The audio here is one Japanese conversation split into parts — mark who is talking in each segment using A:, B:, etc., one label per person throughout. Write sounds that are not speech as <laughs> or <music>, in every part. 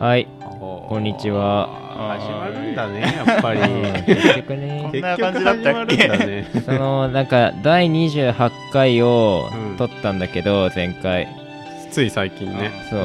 A: はい、
B: こ
A: こんにちは
B: 始まるんだね、やっぱり。
A: うん結局ね
B: <laughs>
C: こんな感じだったっけ
B: 結局始まる
A: <laughs>
B: んだね
A: そのなんか第28回を
B: うん
A: 撮ったんだけど、前回
B: つい最近ね。
A: そう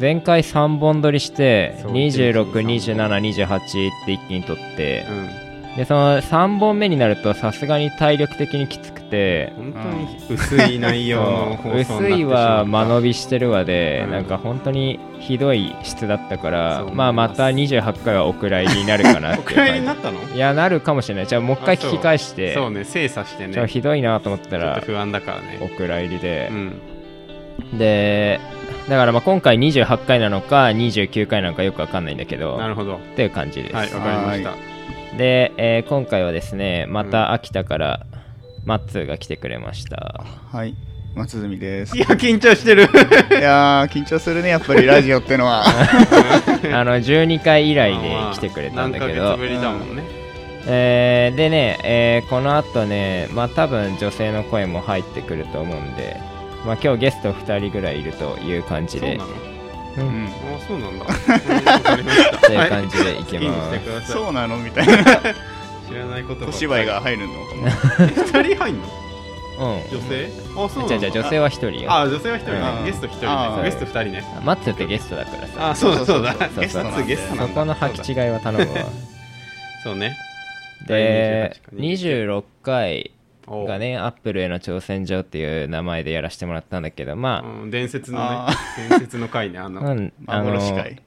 A: 前回3本撮りして
B: そう
A: 262728って一気に撮って
B: う、ん。
A: でその3本目になるとさすがに体力的にきつくて
B: うん本当に薄い内容の
A: そう
B: 放送になってしまった
A: 薄いは間延びしてるわで、
B: うん
A: なんか本当にひどい質だったから
B: そう
A: まあまた28回はお蔵入りになるかなって
B: <laughs> お
A: いう感じ
B: 蔵入りになったの
A: いやなるかもしれないじゃあもう一回
B: あそう
A: 聞き返して
B: そうね、精査してね。
A: ちょっとひどいなと思った
B: ちょっ
A: ら
B: と不安だからね
A: お。蔵入りで
B: う、ん。
A: でだからまあ今回28回なのか29回なのかよくわかんないんだけど
B: なるほど。
A: っていう感じです、
B: はい、わかりまし
A: で、えー今回はですねまた秋田からマッツーが来てくれました、
C: はい、松住です。
B: た。
C: い
B: いや、緊張してる。
C: やー、緊張するね、やっぱりラジオっての
B: <laughs>
C: は。
A: あの12回以来で
B: まあまあ
A: 来てくれたんだけど、
B: 何ヶ月ぶりだもんね。
A: えーでね、えーこの後ねまあ多分女性の声も入ってくると思うんでまあ今日ゲスト2人ぐらいいるという感じ
B: そう
A: で
B: なの
C: う
A: うん
C: ん、
B: あ、そ
A: <laughs>
B: うなんだ。わかりました
A: っていう感じでいき <laughs>
B: 好きに
A: ま
B: し
A: す
B: てください。
C: そうなのみたいな。
B: 知らないことばっかり
C: 小芝居が入るのかな。
B: <laughs> 二人入んの
A: う
B: 女性あ、そうんな
A: じゃあ
B: の
A: じゃあ女性は1人よ
B: あ、女性は一人
C: う
B: ね。
C: ん
B: ゲスト一人
C: あ
B: ね。
A: ー
B: ゲスト二人ね。
A: マッツーってゲストだからさ
B: あ、そうだそうだ
C: そうそう。
A: そう
B: ゲスト
C: そう
B: ゲストな
A: そ
B: んだ。
A: この履き違いは頼むわ
B: そうね。
A: で
B: 第
A: 26回
B: おう
A: がねアップルへの挑戦状っていう名前でやらせてもらったんだけどま
B: うん伝説の
C: あ
B: ね、伝説の回ね、あ
A: あ、
B: の、
A: うん、あの
C: 幻会。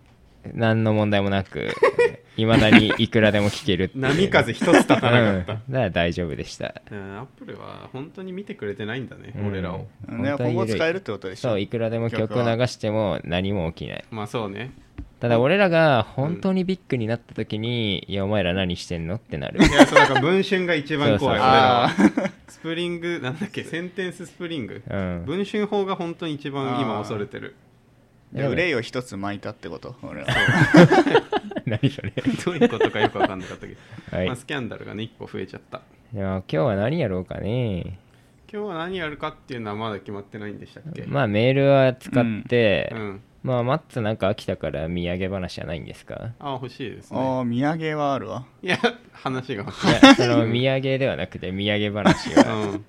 A: 何の問題もなく <laughs> いまだにいくらでも聞けるっていう
B: 波風一つ立たなかった。
A: うん、だから大丈夫でした、
B: うんアップルは本当に見てくれてないんだね、
A: うん
B: 俺らを。
C: ね、
A: 本当に
C: 今後
A: 緩い
C: 使えるってことでし
A: そ
C: ょ
A: う。いくらでも曲を流しても何も起きない
B: まあそうね。
A: ただ俺らが本当にビッグになった時に、いやお前ら何してんのってなる
B: いや、そうだから文春が一番
A: そうそう
B: 怖い。俺らは
C: あー
B: スプリング、なんだっけ、センテンススプリング。
A: うん
B: 文春法が本当に一番今恐れてる。 <laughs>
C: で憂いを一つ巻いたってこと。俺ら
A: <laughs> 何それ
B: どういうことかよくわかんなかったけど。
A: はい、
B: まあ、スキャンダルがね、一個増えちゃった。
A: では今日は何やろうかね
B: 今日は何やるかっていうのはまだ決まってないんでしたっけ、
A: まあメールは使って、
B: うん。
A: まあマッツなんか飽きたから土産話じゃないんです
B: <laughs>
A: か
B: あ、欲しいですね。
C: あー、土産はあるわ。
B: いや、話が欲
A: い
B: しい。
A: やその土産ではなくて土産話
B: <laughs>
A: は
B: うん。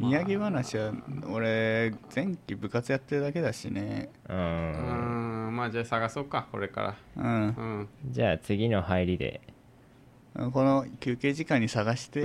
C: 土産話は、俺、前期部活やってるだけだしね。
A: う
B: うんーん、まあじゃあ探そうか、これから。
C: うん
B: う。ん。
A: じゃあ次の入りで
C: この休憩時間に
B: <laughs>
C: 探して、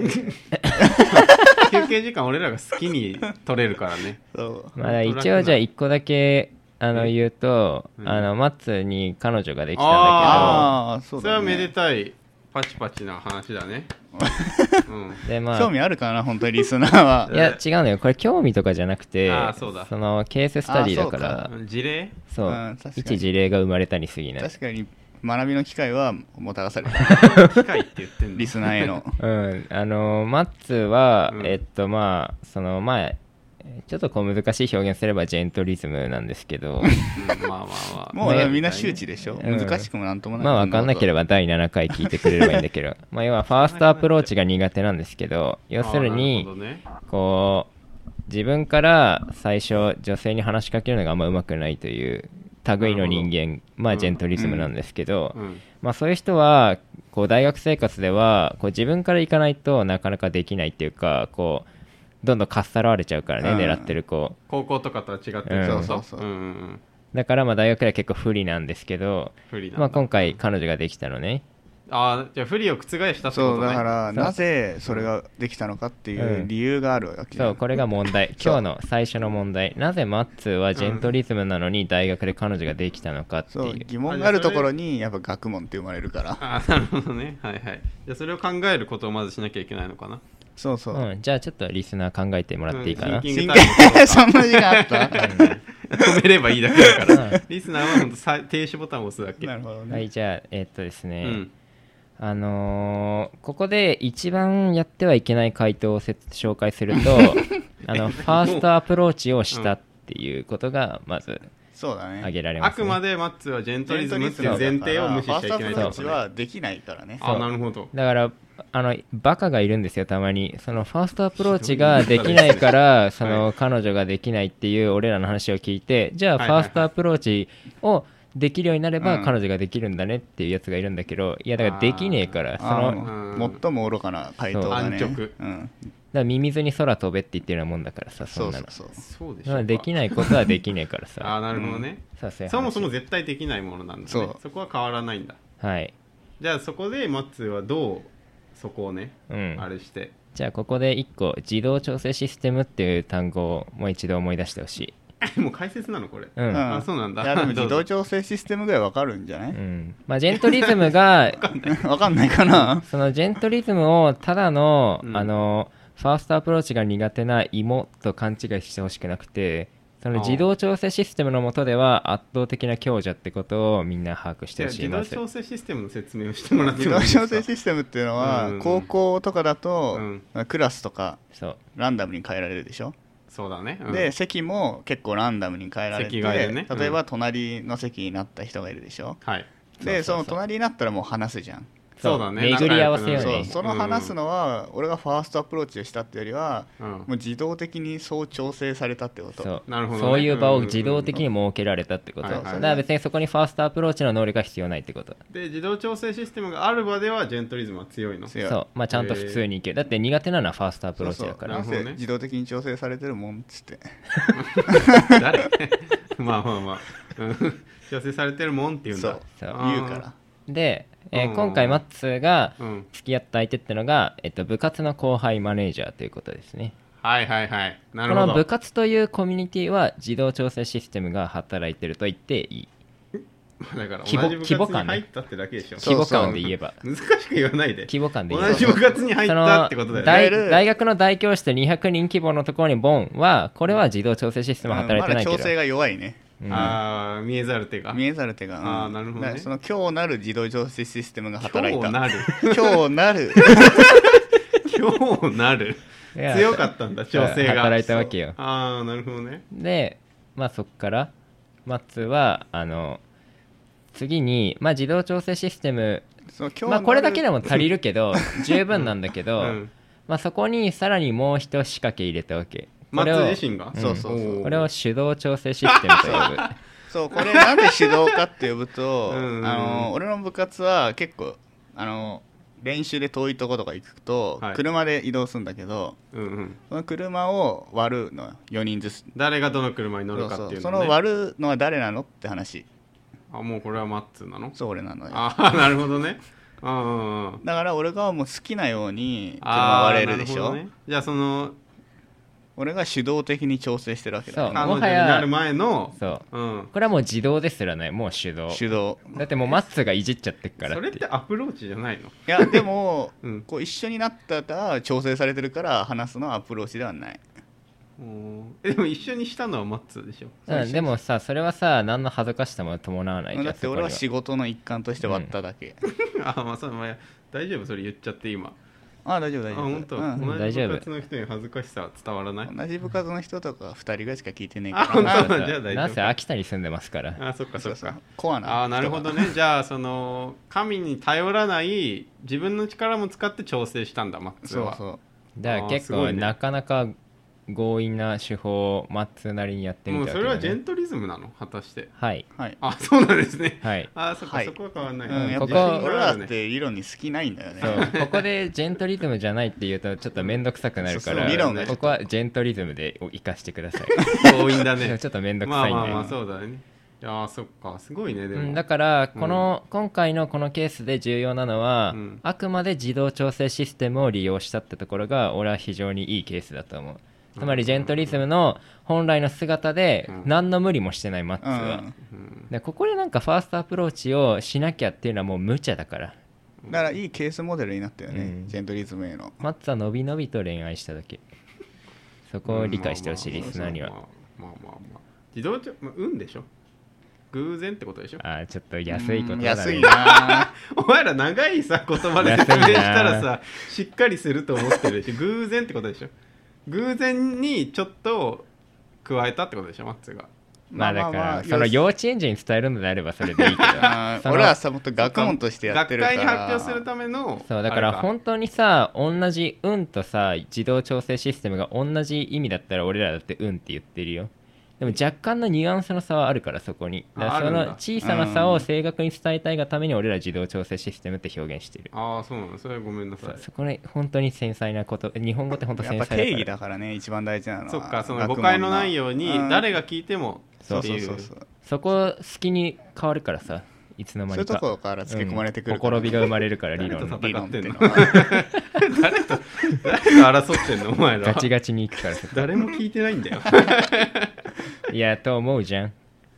B: 休憩時間、俺らが好きに取れるからね。
C: そう。
A: まあ
B: 本当楽
A: 一
B: な
A: 応じゃあ一個だけあの
B: うん
A: 言うと、
B: うん
A: あのマッツに彼女ができたんだ
C: ああ、 <laughs> そ
B: そうれ
C: だ
B: は
C: ね。
B: めでたい、パチパチな話だね。うん。
A: けどでま
C: 興
A: あ
C: 味あるかな、本当にリスナ
B: <laughs>
C: ーは。
A: いや違うのよこれ興味とかじゃなくて
B: あーそうだ
A: のケーススタディだから
B: 事例
A: そう
C: うん確かに
A: 一事例が生まれたに過ぎない
C: 確かに学びの機会はもたらされた
A: <laughs>
B: 機械って言ってんの
C: リスナーへの
A: うんあのマッツは、
B: うん
A: えっとまあそのまあちょっとこう難しい表現すればジェントリズムなんですけど
B: <laughs> うんまあまあまあ。
C: <laughs> もう
A: ね
C: みんな周知でしょ、
A: うん
C: 難しくもなんともない
A: まあ分かんなけれ
C: ば
A: ば第7回聞いてくれればいいんだけどまあ要はファーストアプローチが苦手なんですけど要するに
B: あーなるほどね
A: こう自分から最初女性に話しかけるのがあんま上手くないという類の人間ま
B: う
A: あ
B: ん
A: ジェントリズムなんですけど、
B: うん
A: まあ、そういう人はこう大学生活ではこう自分から行かないとなかなかできないっていうかこうどんどんかっさらわれちゃうからね、
C: うん
A: 狙ってる子
B: 高校とかとは違ってるって
A: うん
B: こと
C: そうそうそうん
B: うん。
A: だからまあ大学では結構不利なんですけど、
B: 不利なんだ
A: まあ、今回彼女ができたのね
B: ああ、じゃあ不利を覆したってこ
C: そう
B: とね。
C: だから
A: そう
C: なぜそれができたのかっていうんう理由があるわけじゃ
A: そ
C: ん
A: うこれが問題
C: そう
A: 今日の最初の問題なぜマッツーはジェントリズムなのに大学で彼女ができたのかって
C: そう
A: いう、
C: 疑問があるところにやっぱ学問って生まれるから
B: あーなるほどねはいはいじゃあそれを考えることをまずしなきゃいけないのかな <laughs>
C: そうそう、
A: うん、じゃあちょっとリスナー考えてもらっていいかな、
B: うんシンキン
C: 真
B: グタイム
A: <laughs>
B: のところ
C: 剣そんな時間あ <laughs> った、
B: 止めればいいだけだから、
A: うん
B: リスナーはほんとさ停止ボタンを押すだけ
C: なるほどね、
A: はいじゃあえっとですね、
B: うん
A: あのーここで一番やってはいけない回答をせ紹介するとあのファーストアプローチをしたっていうことがまず
C: そうだね
A: 挙げられま
B: あ
A: す、
B: く
A: ね
B: までマッツはジェントリズムっていう
C: だから
B: 前提を無視しちゃいけないと
C: ファーストアプローチ
B: ね
C: はできないからね
B: あなるほど
A: だからあのバカがいるんですよたまにそのファーストアプローチができないからその、彼女ができないっていう俺らの話を聞いてじゃあ
B: はい
A: フ
B: は
A: ァ
B: いはい
A: ーストアプローチをできるようになれ
C: う
A: ば
C: ん
A: 彼女ができるんだねっていうやつがいるんだけどいやだからできねえからそ
C: あ
A: のだか
C: ー
B: うん
C: 最も愚かな回答がね
B: そう安直
C: うん、
A: らミミズに空飛べって言ってるようなもんだからさそ
C: そ
A: ん
C: う
A: な
C: そ
A: の
C: うそう
B: そうでし
A: だか
B: ょ
A: ら
B: う
A: できないことはできねえから
B: ああー
A: さ
B: なるほどね、
A: さあそういう話
B: そもそも絶対できないものなんだ、ね、
C: そう
B: そこは変わらないんだ
A: はい
B: じゃあそこでマッツーはどうそこをね、
A: うん
B: あれして <laughs>
A: じゃあここで1個自動調整システムっていう単語をもう一度思い出してほしい
B: えもう解説なのこれ、
A: うん、
B: あそうなんだ
C: いやで
B: ど
C: も
B: う
C: 自
B: ぞ
C: 動調整システムぐらいわかるんじゃな
A: う
C: い
A: ん、まあジェントリズムが
B: <laughs>
C: わかんないかな
A: そのジェントリズムをただの、
B: うん
A: あのファーストアプローチが苦手な芋と勘違いしてほしくなくてその
B: ああ
A: 自動調整システムの下では圧倒的な強者ってことをみんな把握し
B: じ
A: て
B: ゃあ
A: ほしい
B: 自
A: ま
B: 動
A: ず
B: 調整システムの説明をしてもらって
C: 自
B: もいい
C: 動
B: ですか
C: 調整システムっていうのは、
B: うん
C: 高校とかだと、クラスとか
A: そう
C: ランダムに変えられるでしょ、
B: そうだね、
C: で席も結構ランダムに変えられて、
B: 席替えでねうん
C: 例えば隣の席になった人がいるでしょ、
B: はい
C: で
A: そ
C: そ
A: そうそ
C: う
A: う
C: の隣になったらもう話すじゃん
B: そうだね
A: 巡り合わせよ
B: 仲良くな
C: そう
A: ね
B: る
C: その話すのは、俺がファーストアプローチをしたってよりは
B: うん
C: もう自動的にそう調整されたってこと
A: そう
B: なるほどね
A: そういう場を自動的に設けられたってこと、
B: うんうんうん
A: だから別にそこにファーストアプローチの能力が必要ないってこと
B: で自動調整システムがある場ではジェントリズムは強いの
C: 強い
A: そうまあちゃんと普通にいけるだって苦手なのはファーストアプローチだから
B: ら
C: そうそう
B: なるほどね
C: なんせ自動的に調整されてるもんっつって
B: <laughs> 誰 <laughs> まあまあまあうん調整されてるもんっていうんだ
A: そう
B: あー
C: 言うから
A: で、えー
B: うん
A: 今回マッツーが
B: うん
A: 付き合った相手ってのが、えっと、部活の後輩マネージャーということですね
B: はいはいはいな
A: こ
B: るほ
A: の部
B: ど
A: 活というコミュニティは自動調整システムが働いてると言っていい
B: だから同
A: 規
B: じ部
A: 模
B: 活
A: 規模
B: に
A: 感ね
B: 入ったってだけでしょ
C: そう
A: 規模感で言え
B: <laughs>
A: ば
B: 難しく言わないで
A: 規模感で
B: 同
A: 言えば
B: じ部活に入ったってことだよね
C: だ
A: 大
C: いいわゆる
A: 大学の大教室200人規模のところにボンはこれは自動調整システムは働いてないけど、
C: まだ調整が弱いね
A: うん
B: ああ見えざる手が
C: 見えざる手が、うん
B: あーなるほどね
C: だからその今日なる自動調整システムが働い
B: 今
C: た
B: 日なる
C: 今日
B: <laughs>
C: なる
B: 今日なる
A: いや
B: 強かったんだ調整が
A: 働いたわけよ
B: ああなるほどね
A: でまあそっからマッツーはあの次に、まあ、自動調整システム
C: その今日なる
A: まあこれだけでも足りるけど十分なんだけ
B: <laughs> う
A: ど、
B: ん
A: まあ、そこにさらにもう一仕掛け入れたわけ
B: マ
A: これを
B: ッツ自身が
A: うん
C: そうそうそう
B: おー
A: これを手動調整システムと呼ぶ
C: そうこれなんで指導かって呼ぶと
B: <laughs> うん
C: あの俺の部活は結構あの練習で遠いとことか行くと、
B: はい
C: 車で移動するんだけど
B: うんうん
C: その車を割るのよ4人ずつ
B: 誰がどの車に乗るかっていう
C: そ
B: の
C: の
B: ね
C: 割るのは誰なのって話
B: あもうこれはマッツーなの
C: そう俺なのよ
B: ああ <laughs> なるほどねうんうんうん
C: だから俺がもう好きなように車
B: あー
C: 割れるでし
B: な
C: ょ、
B: ほどねじゃあその
C: 俺が手動的に調整してるわけだ
A: そ
C: か
B: 彼
A: も
B: 女に
A: はや
B: なる前 <laughs> の
A: そう
B: うん
A: これはもう自動ですらないもう手動
C: ら手動
A: だってもうマッツーがいじっちゃってっから
B: そ
A: っ
B: れって
A: い
B: て
A: う
B: アプローチじゃないの
C: いやでも、
B: うん
C: こう一緒になったら調整されてるから話すのはアプローチではない
B: おーえでも一緒にしたのはマッツーでしょ <laughs>
A: うん、でもさそれはさ何の恥ずかしさも伴わないじゃん
C: だって俺は
A: そこ
C: 仕事の一環として割っただけ、
B: あーまあそうまあ大丈夫それ言っちゃって今
C: ああ大丈夫
B: あ
C: 大丈夫
B: 本当、
C: うん
B: 同
A: 大
B: じ
A: 丈夫
B: 部活の人に恥ずかしさは伝わらない
C: 同じ部活の人とか2人ぐらいしか聞いてねえ
B: あ
C: か
B: 本
C: ら
A: に
B: 当
C: な
A: はさ
B: だじゃあ大丈夫
A: なんせ秋田に住んでますから
B: あそっかそっか
C: コアな人が
B: ああなるほどねじゃあその神に頼らない自分の力も使って調整したんだマッツー
C: そう
B: は
C: そ
A: だから結
B: あーすご
A: 構
B: いね
A: なかなか強引な手法をマッツーなりにやってみ
B: もう
A: た
B: それは
A: わ
B: ジ
A: けだ
B: ェ
A: ね
B: ントリズムなの果たして
A: はいう
C: はい、
B: あそうなんですね
A: はい
B: あーそっか、
C: はい
B: そこは変わんない、
C: うん、やっ
A: ここ
C: ぱ
B: 自信
C: 俺
B: があ
C: ら
B: る
C: っ
B: ね
C: て理論に好きないんだよね
A: そう
B: <laughs>
A: ここでジェントリズムじゃないって言うとちょっと面倒くさくなるから
B: そう理論がちょ
A: こ
B: っと
A: こはジェントリズムで生かしてください
B: 強引だ
A: <laughs>
B: ね
A: ちょっと面倒く
B: ま
A: さ
B: あ
A: いん
B: まあ
A: で、
B: まあそうだねいやーそっかすごいねで
A: う
B: も、
A: ん、だからこの、今回のこのケースで重要なのは、
B: うん
A: あくまで自動調整システムを利用したってところが俺は非常にいいケースだと思うつまりジェントリズムの本来の姿で
B: うん
A: 何の無理もしてないマッツ
C: う
A: ーは、
C: ん、
B: うん
A: でここでなんかファーストアプローチをしなきゃっていうのはもう無茶だから
C: だからいいケースモデルになったよね、
A: うん
C: ジェントリズムへの
A: マッツはのびのびと恋愛しただけそこを理解してほしい
B: うん
A: リスナーには
B: まあまあまあまあまあ自動調、まあ、運でしょ偶然ってことでしょ
A: あーちょっと安いことだ
C: うん
A: ね
C: 安いな
B: お前ら長いさ言葉で
A: 安い
B: 説
A: な
B: 明したらさしっかりすると思ってるでしょ偶然ってことでしょ偶然にちょっと加えたってことでしょマッツーが
A: まあだからそ
C: よ
A: の
C: し
A: 幼稚園児に伝えるのであればそれでいいけど
C: あー
A: その
C: 俺はさもっと学問としてやってるから
B: 学会に発表するための
A: そうだから
B: あれ
A: 本当にさ同じ「運」とさ自動調整システムが同じ意味だったら俺らだって「運」って言ってるよでも若干のニュアンスの差はあるからそこにだか
B: あ
A: らそ
B: あるん
A: の
B: だ
A: 小さな差を正確に伝えたいがために俺ら自動調整システムって表現してる
B: ああそうなのそれはごめんなさ
A: そ
B: い
A: そこね本当に繊細なこと日本語って本当
C: やっ
A: 繊
C: ぱ
A: 細
C: 定義
A: だか
C: だからね一番大事なのは
B: そっかその
C: 学
B: 誤
C: 問
B: 解のないように
C: ん
B: 誰が聞いても
A: そう
B: って
C: そう
B: い
C: そうそう
A: らそこ好きに変わるからさいつの間
C: そ
A: に
C: ういうと
A: か
C: こから付け込まれてくる
A: ほこ
C: から
A: ろびが生まれるから理論
B: 誰と
C: 理論っていうの
B: 戦
C: は
B: 誰と誰と争ってんのお前ら
A: ガチガチにいくからそこ
B: 誰も聞いてないん <laughs> だよ
A: いやと思うじゃん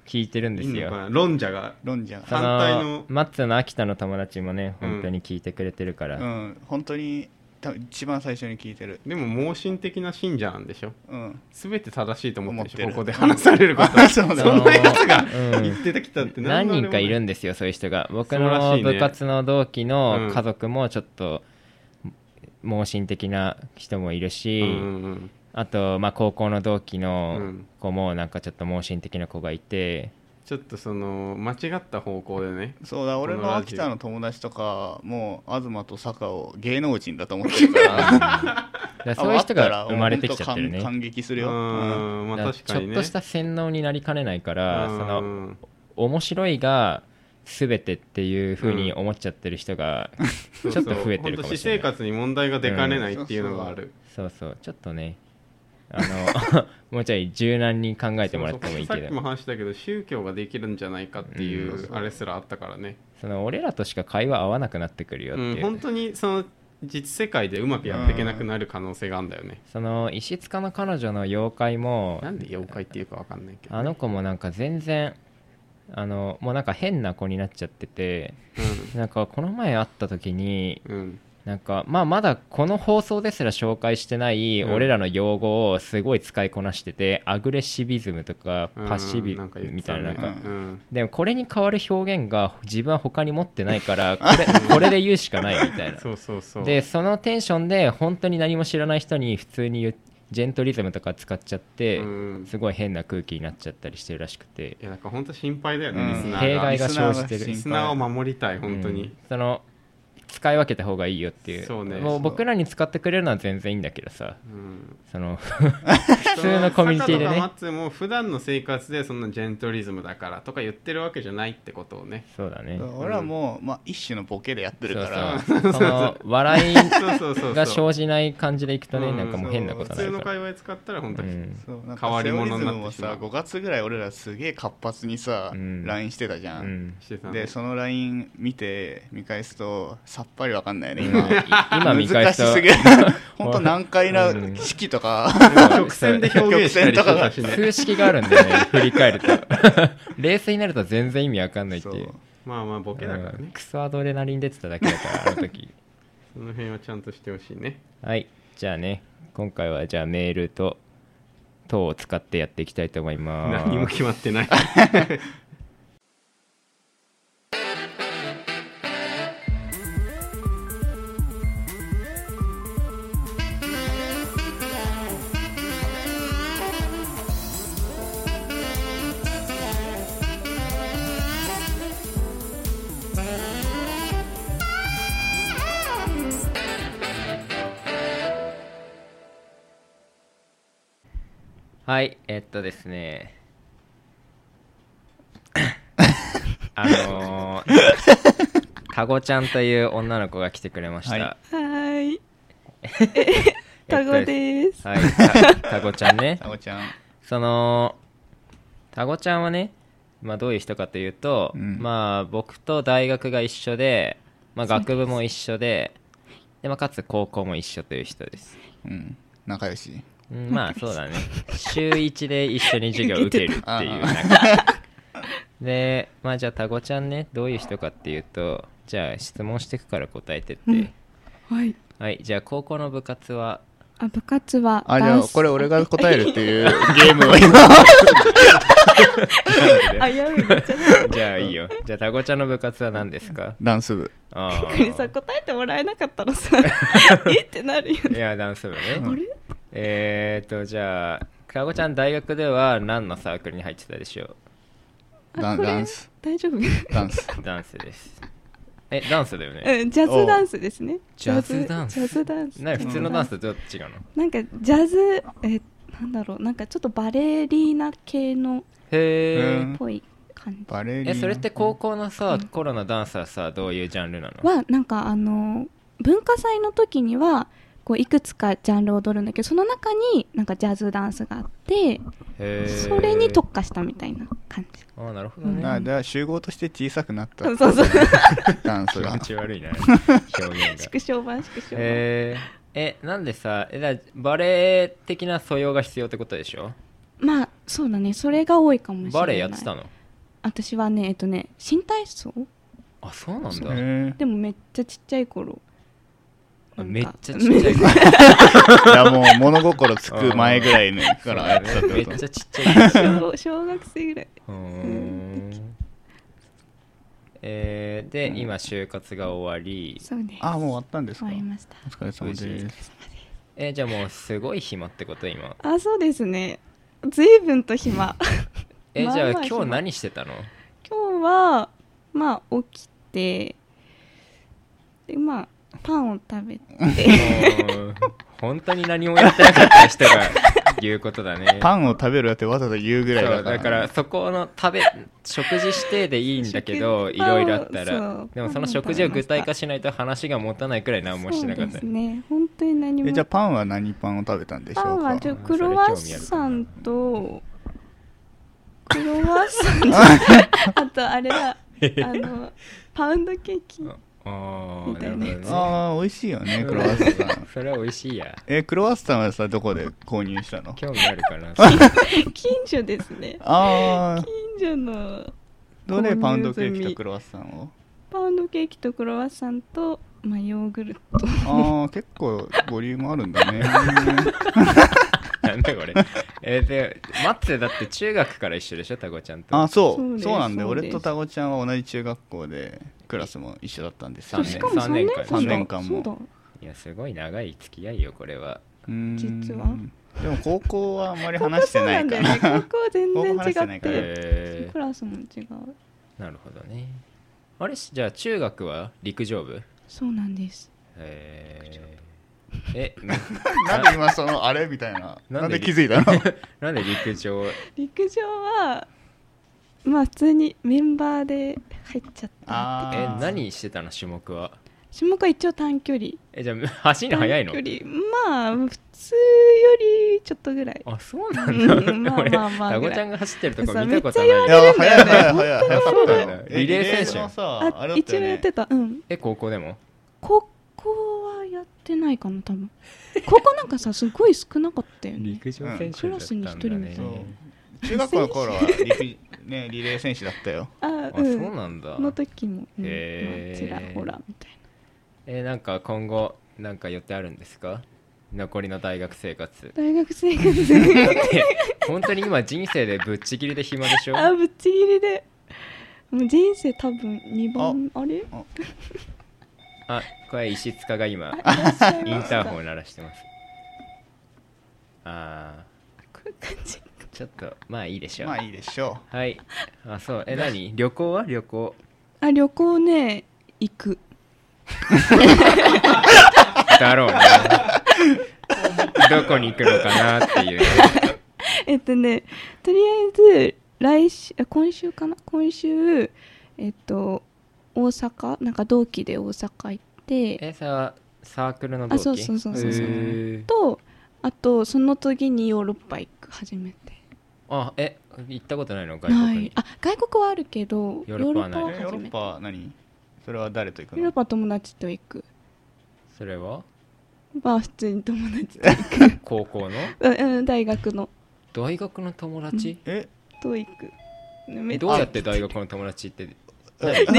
A: 聞いてるんで
B: い
A: す
B: いの
A: よ
B: かな論者が
C: 論者が
A: そ
B: 反対の
A: マッツの秋田の友達もね本当に聞いてくれてるから、
C: うん本当に多分一番最初に聞いてる
B: でも盲信的な信者なんでしょ
C: うん
B: 全て正しいと思ってるでしょ
C: 思
B: こ
C: ってる
B: こで話されること
C: あ <laughs> そう
B: そ
C: だ
B: んなやつが
A: うん
B: 言ってきたって
A: 何人かいる
B: ん
A: んですよそういう人が僕
B: 素晴ら
A: の
B: しいね
A: 部活の同期
B: う
A: の
B: ん
A: 家族もちょっと盲信的な人もいるし、
B: うん
A: あと、まあ、高校の同期
B: う
A: の
B: ん
A: 子もなんかちょっと盲信的な子がいて、
B: ちょっとその間違った方向でね
C: そうだ
B: この
C: 俺
B: ラジオ
C: の秋田の友達とかもう東と坂を芸能人だと思ってるから
A: だ <laughs> からそういう人が
C: あ
A: 生まれてきちゃってる
C: 会ったら本当感
A: ね
C: 感激す
B: う
C: るよ、うん
A: だ
B: んま
A: か
B: あ
A: ら
B: 確
A: ち
B: かに
A: ょっ
B: ね
A: とした洗脳になりかねないからその
B: うん
A: 面白いが全てっていう風に思っちゃってる人が、
B: そう
A: ち
B: そ
A: ょ
B: う
A: っと増えてるかもしれ
B: 本当私生
A: ない
B: 活に問題が出かねないっていうのがある、
A: そうそうちょっとねあの <laughs> もうちょい柔軟に考えてもらってもいいけ
B: そうそうさっ
A: ど
B: きも話したけど宗教ができるんじゃないかってい
C: うん
B: うあれすらあったからね、
A: その俺らとしか会話合わなくなってくるよ
B: う
A: って
B: ん、
A: いう、
B: 本当にその実世界でうまくやっていけなくなる可能性があるんだよね、
A: その石塚の彼女の妖怪も
B: なんで妖怪っていうかわかんないけど、
A: あの子もなんか全然あのもうなんか変な子になっちゃっててなんかこの前会った時に
B: うんうん
A: なんかまあまだこの放送ですら紹介してない
B: うん
A: 俺らの用語をすごい使いこなしてて、アグレッシビズムとか
B: うん
A: パッシビ
B: なんか言って
A: みたいななん
B: ね
A: か
B: うん
A: でもこれに変わる表現が自分は他に持ってない
B: <laughs>
A: からこれこれで言うしかないみたいな
B: そうそうそう
A: でそのテンションで本当に何も知らない人に普通に言うジェントリズムとか使っちゃって、
B: うん
A: すごい変な空気になっちゃったりしてるらしくて
B: いやなんか本当心配だよね、
C: うん
B: リスナ
A: 弊
B: ーが
A: 害が生じて
C: リ
A: る
B: リスナーを守りたい本当
A: う
B: に
A: ん、その使い分けた方がいいよっていう
B: そうね
A: も
B: そう
A: 僕らに使ってくれるのは全然いいんだけどさ
B: うん
A: その <laughs>
B: 普
A: 普通のコミュニティでね
B: マッツーも普段の生活でそんなジェントリズムだからとか言ってるわけじゃないってことをね
A: そうだね
C: そう俺はもう、まあ、一種のボケでやってるから
A: そうそうその笑い
B: そうそうそう
A: が
B: そう
A: 生じない感じでいくとね、
B: うん
A: なんかもう変なこと
B: 普
A: にな
B: 通
A: る
B: の
A: から
B: 会話で使ったら本当に、
A: うん
C: そうなん
B: 変
C: か
B: わ
C: セ
B: り
C: オリズ
B: 者に
C: ム
B: なっ
C: も
B: てしまう
C: さ5月ぐらい俺らすげえ活発にさ
A: うん
C: LINE してたじゃ、
A: うんん
B: してたね
C: でその LINE 見て見返すとさっぱりわかんないね
A: うん
C: 今
A: <laughs> 今見返
C: 難
A: し
C: しすぎ
A: た
C: る
A: <laughs>
B: <laughs>
C: ほんと難解な
A: うん
C: 式とか
B: 曲線で表現
C: <laughs>
B: したりしてたしね
A: 数式があるんだよね振り返ると <laughs> 冷静になると全然意味わかんないっていう
C: そう
B: まあまあボケだから
A: うん
B: ね
A: クソアドレナリン出てただけだからあの
B: <laughs>
A: 時
B: その辺はちゃんとしてほしいね
A: はいじゃあね今回はじゃあメールと等を使ってやっていきたいと思います
B: 何も決まってない
C: <laughs>
A: はいえっとですね
C: <laughs>
A: あのー、かごちゃんという女の子が来てくれました、
C: は
D: はーい。
A: えっ
D: タ
A: と
D: ゴです。
A: はい、たたごちゃん
C: <laughs>
A: ね
C: あおちゃん
A: そのタゴちゃんはね、まあ、どういう人かというと、
C: うん
A: まあ僕と大学が一緒で、まあ、学部も一緒でで、まあ、かつ高校も一緒という人です、
C: うん仲良し
A: うん、まあそうだね週1で一緒に授業を受けるって
C: あ
A: いう
C: あ
A: でまあじゃあタゴちゃんねどういう人かっていうとじゃあ質問してくから答えてって、
D: うんはい。
A: はいじゃあ高校の部活は
D: あ部活は
C: あじゃ
D: ダ
C: あ
D: ンス
C: これ俺が答えるっていう
A: <laughs>
C: ゲームを今
D: あやめめっちゃな
A: じゃあいいよじゃあタゴちゃんの部活は何ですか
C: ダンス部
A: あ
D: これさ
A: ー
D: 答えてもらえなかったら
C: <laughs>
D: さえってなるよ
A: い
D: ね。
A: やダンス部ね
D: あれ
A: えー、っとじゃあかごちゃん大学では何のサークルに入ってたでしょ
C: ダ
D: あ
C: ン
D: これ
C: ダンス
D: 大丈夫？
C: ダンス
A: うダンスですえダンスだよね
D: <laughs> うんジャズダンスですね。
A: ジャズダンス
D: ジャズダンス。
A: なに普通のダンスとどう違うの
D: なんかジャズえなんだろうなんかちょっとバレリーナ系の
A: へ
C: う
A: え
C: ん
D: っぽい感じ
C: バレリーナ
A: えそれって高校のさ
D: うん
A: コロナダンサーさどういうジャンルなの
D: はなんかあの文化祭の時にはこういくつかジャンルを踊るんだけどその中になんかジャズダンスがあって
A: へー
D: それに特化したみたいな感じ。
A: あーなるほどね
D: うん
C: あだから集合として小さくなった
D: そうそう
C: ダン
A: 気
C: スが
A: 持ち悪い
D: <laughs>
A: な表現が
D: 縮小版縮小版、
A: へええなんでさえだバレエ的な素養が必要ってことでしょ
D: まあそうだねそれが多いかもしれない
A: バレエやってたの
D: 私はねえっとね新体操
A: あそうなんだ
C: へ
D: でもめっちゃちっちゃい頃
A: あ
D: なんか
A: めっちゃちっちゃい
C: ーいやもう物心つく前ぐらいのからやってたって
A: め
C: こ
A: っち
C: と
A: ゃちっちゃい
D: 小 <laughs> 小学生ぐらいう
A: ーんえー、で、今就活が終わり
D: そうです
C: あもう終わったんです
D: 終
C: か
D: わりました
C: お疲れ様です
A: えじゃあもうすごい暇ってこと今
D: あそうですね随分と暇
A: えじゃあ
D: <laughs> まあまあ暇
A: 今日何してたの
D: 今日はまあ起きてでまあパンを食べて
A: もう本当に何もやってなかった人が言うことだ
D: <laughs>
A: ね
C: パンを食べるやってわざわざ言うぐらい
A: そう
C: だから
A: だからそこの食べ食事してでいいんだけどい
D: 食事
A: ろいろあった
D: そ
A: ら
D: う
A: でもその食事を具体化しないと話が持たないくらい何もしてなかっ
D: そう
A: た
D: ですね本当に何も
C: えじゃあパンは何パンを食べたんでしょう
D: パ
C: か
D: ンはちょ
A: か
D: クロワッサンとクロワッサンとあとあ
C: <laughs>
D: れだあのパウンドケーキ
A: ああなるほどね
C: ああ美味しいよねクロワッサン
A: それは美味しいや
C: えクロワッサンはさどこで購入したの
A: 興味あるかな
C: <laughs>
D: 近所ですね
C: ああ
D: 近所の
C: どれパウンドケーキとクロワッサンを
D: パウンドケーキとクロワッサンと、まあ、ヨーグルト
C: ああ結構ボリュームあるん
D: <laughs>
C: だね
A: なんだこれえで待ってだって中学から一緒でしょタコちゃんと
C: あそう
D: そう
C: そう
D: です
C: なんだよ
D: そうです
C: 俺とタゴちゃんは同じ中学校でクラスも一緒だったんですよ
A: 三年
C: ね
D: しかも3年間
C: 三年間も
D: そうだ
A: いやすごい長い付き合いよこれは
C: うーん
D: 実は
C: でも高校はあんまり話してないか
D: ここそうなんだよ
C: ら
D: ねここ全然
C: ここ話してな
D: 違っ
C: いから
D: て
A: え
D: クラスも違う
A: ー、なるほどねあれしじゃあ中学は陸上部
D: そうなんです
A: えー、え
C: <laughs> なんで今そのあれみたいな
A: な
C: なん
A: んで
C: で気づいたの
A: <laughs>
D: <laughs>
A: ななんで陸上
D: 陸上はまあ普通にメンバーで入っちゃった
C: あ
A: え
C: ー
A: 何してたの種目は
D: 種目は一応短距離
A: えじゃあ <laughs> 走るの早いの
D: 短距離まあ普通よりちょっとぐらい
A: あそうなんだ、
D: うんまあまあまあ
A: 俺
D: ぐ
A: タコ
D: らい
A: ちゃんが走ってると
D: そ
A: こ
D: う
A: 見たこと
D: めっちゃ
C: い
A: ない
C: や早い早い早い早か
A: そう
C: った
A: なんだ
C: よ
A: リレー選手
C: のさ
D: あ
C: あれだった
D: 一
C: よ
D: 応や
C: ね
D: ってたうん
A: え高校でも
D: 高校はやってないかな多分高校なんかさすごい少なかったよね
A: 陸上選手
D: うん
A: だったんだ
D: クラスに一人みた
A: ね
D: い
C: そ
D: な
C: う中学校の頃は陸 <laughs> ねリレー選手だったよ
D: あ
A: あ
D: う
A: そうんなんだ
D: の時も、うん
A: へー
D: まあちらほらみたい
A: えなんか今後なんか予定あるんですか残りの大学生
D: <laughs>
A: 活
D: な大学生活で
A: 本当に今人生でぶっちぎりで暇 <laughs> でしょ
D: あぶっちぎりでもう人生多分2番あれ
A: あこれ石塚が今イン
D: あいらっしゃいました
A: ターホン鳴らしてますあ
D: こういう感じ
A: ーちょっとまあいいでしょう、
C: まあいいでしょ
A: はいあそうえ何 <laughs> 旅行は旅行
D: あ旅行ね行く
A: だ <laughs> ろうねどこに行くのかなっていう
D: えっとねとりあえず来週あ今週かな今週えっと大阪なんか同期で大阪行って
A: えさサークルの同期
D: あそうそうそう
C: そうそう
A: へー
D: とあとその次にヨーロッパ行く初めて
A: あえ行ったことないの外
D: な
A: 国
D: い
A: に
D: あ外国はあるけど
A: ヨーロッパはない
C: え
D: ヨ
C: ヨー
D: ーロッパは初
C: ロ
D: め
C: ッ
D: て
C: パは何それは誰と行く
D: ヨーロッ
C: の
D: パは友達と行く
A: それは
D: まあ普通に友達
A: <laughs>
D: と行
A: 高校の
D: くうんうん大学の
A: 大学の友達、
C: え
D: と行くめっちゃ
A: どうやって大学の友達って
D: できるのって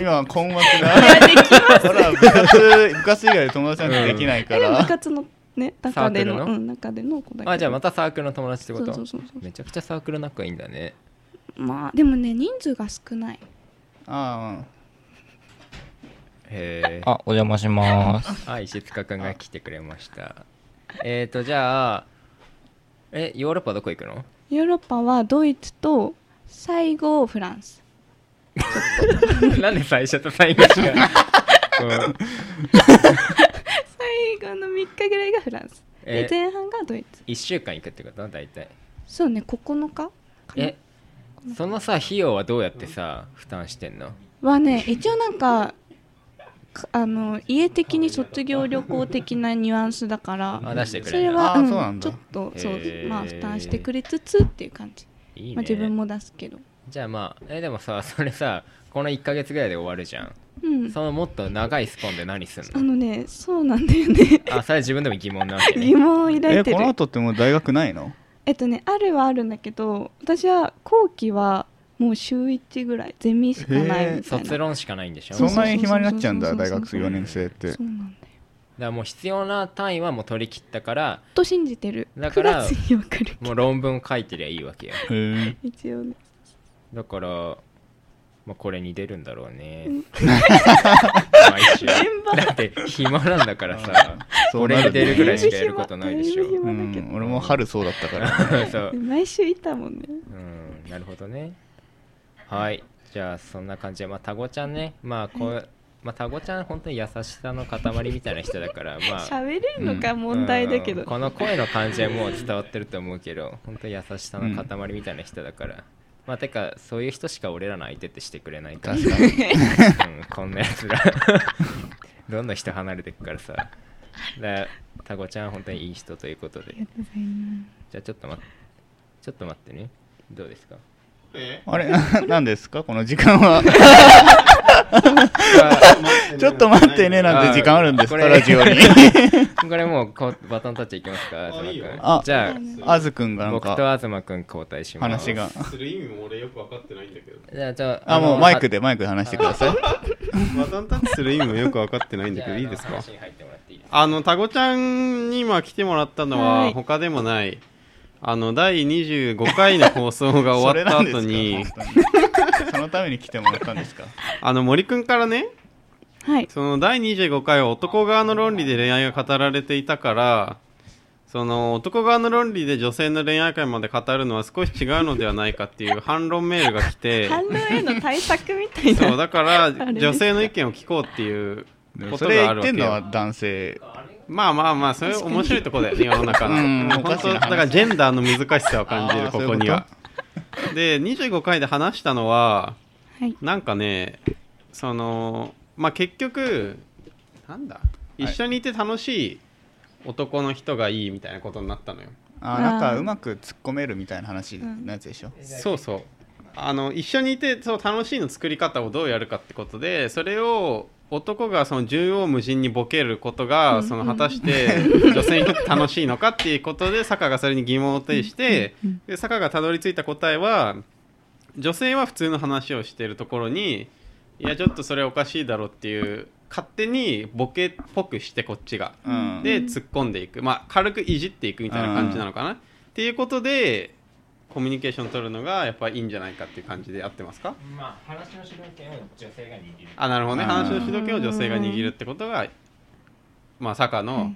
C: 今困惑
D: <laughs>
C: が
D: できます
C: ほら部活部活以外で友達なんてできないか
D: でも部
C: ら
D: 活のね中で
A: サーク
D: の
A: ルの
D: うん中での子だけど
A: あじゃあまたサークルの友達ってこと
D: そうそうそうそう
A: めちゃくちゃサークル仲いいんだね
D: まあでもね人数が少ない
C: あ
A: へえ
E: あ、お邪魔します。
A: あ石塚君が来てくれましたえっ、ー、とじゃあえヨーロッパどこ行くの <laughs>
D: ヨーロッパはドイツと最後フランス
A: なんで最初と最後しかこう
D: 最後の3日ぐらいがフランスで
A: え
D: 前半がドイツ
A: 1週間行くってこと大体
D: そうね9日
A: えそのさ費用はどうやってさ負担してんの
D: はね一応なんかかあの家的に卒業旅行的なニュアンスだから
A: あ出してく
D: そ
A: れ
D: れ
A: るんだ
D: は
C: あー
D: うん
C: そうなん
D: ち
C: だ
D: ょっとそう
A: へー
D: まあ負担してくれつつっていう感じ
A: いいね、
D: まあ、自分も出すけど
A: じゃあまあえでもさそれさこの1ヶ月ぐらいで終わるじゃん、
D: うん
A: そのもっと長いスポンで何すん
D: あ
A: の
D: のねそうなんだよね
A: あそれ自分でも疑問なわけ、
D: 疑
A: ね、
D: 問を抱
C: え
D: いて
C: この
D: る
C: 後ってもう大学ないの
D: えっとねあるはあるんだけど私は後期はもう週1ぐらいゼミしかないみたいな
A: 卒論しかないんでしょ
D: そ
C: そう
D: そうん
C: なに暇になっちゃうんだ
D: そうそう
C: 大
D: そう
C: 学4年生って
D: そうなんだよ
A: だからもう必要な単位はもう取り切ったから
D: と信じてる
A: だから
D: 9月にわかるけど
A: もう論文書いてりゃいいわけよ
C: へ
D: 一応ね
A: だから、まあ、これに出るんだろうね
D: うん
A: 毎週だって暇なんだからさ
C: そう
A: 俺
C: な
A: に
C: る
A: 出るぐらい
C: ね
A: しかやることないでしょ
D: <laughs> だいぶ
C: う
D: 暇だけど
C: ん俺も春そうだったから
A: <laughs> そう、
D: 毎週いたもんね
A: うん、なるほどねはいじゃあそんな感じでまあタゴちゃんねまあこう、まあ、タゴちゃん本当に優しさの塊みたいな人だからまあ
D: 喋れるのか問題だけど、
A: うんこの声の感じはもう伝わってると思うけど本当に優しさの塊みたいな人だから、まあてかそういう人しか俺らの相手ってしてくれないからさ、
C: <laughs>
A: うん、こんなやつら <laughs> どんどん人離れてくからさだからタゴちゃんは本当にいい人ということで
D: ありがとうございま
A: じゃあちょっと待ってちょっと待ってねどうです
C: <laughs>
A: か
B: え
C: あれ <laughs> ななんですかこの時間は <laughs> ちょっと待ってねなんて時間あるんです
A: あ
C: か
A: これ
C: ラジオに
B: <laughs>
A: これもうこうバトンタッチいきますか東
B: いいよ
A: 君
C: あ
A: じゃ
C: あずくんが
A: あ
C: なん
A: 僕と
C: か
A: 東君交代します
C: 話が
B: する意味も俺よく分かってないんだけど
A: じゃあじゃ
C: あもうマイク
A: で
C: でマイクで話してください
B: バトンタッチする意味もよく分かってないんだけどいいですか
A: 話に入ってもらっていいですか
B: あのタゴちゃんに今来てもらったの
D: は
B: はい他でもないあの第25回の放送が
C: そ
B: 終
C: れ
B: わった
C: なんで
B: 後に <laughs>
C: す <laughs> か本当にそのために来てもらったんですか
B: あの森くんからね
D: すはい
B: その第25回は男側の論理で恋愛が語られていたからその男側の論理で女性の恋愛観まで語るのは少し違うのではないかっていう反論メールが来て
D: 反論への対策みたい
B: そう
D: な
B: だから
D: れ
B: 女性の意見を聞こうっていう
C: でも
B: こ
C: そ
B: とが
C: れ
B: あ
C: 言
B: る
C: っ
B: わけ
C: てんのは
B: よ
C: 男性
B: まあまあまあそれ面白いとこだよね世の中の
C: うん
B: もう
C: おか
B: 本
C: しい
B: 当
C: 話
B: だからジェンダーの難しさを感じ
C: あ
B: る
C: ー
B: こ
C: そういう
B: こ
C: こと
B: にはで25回で話したのは
D: はい
B: なんかねそのまあ結局なんだ
C: い
B: 一緒にいて楽しい男の人がいいみたいなことになったのよ、
C: あーなんかうまく突っ込めるみたいな話のやつでしょ、
B: そうそうあの一緒にいてそう楽しいの作り方をどうやるかってことでそれを男がその縦横無尽にボケることが、
D: うん
B: その
D: うん
B: 果たして女性にとって楽しいのかっていうことで坂がそれに疑問を呈して、で坂がたどり着いた答えは女性は普通の話をしているところにいやちょっとそれおかしいだろっていう勝手にボケっぽくしてこっちが。
C: うん
B: で突っ込んでいく、まあ、軽くいじっていくみたいな感じなのかな、っていうことでコミュニケーション取るのがやっぱりいいんじゃないかっていう感じで合ってますか
A: まあ話の主導権を女性が握る
B: あなるほどね
C: うん
B: 話の主導権を女性が握るってことがまあ坂の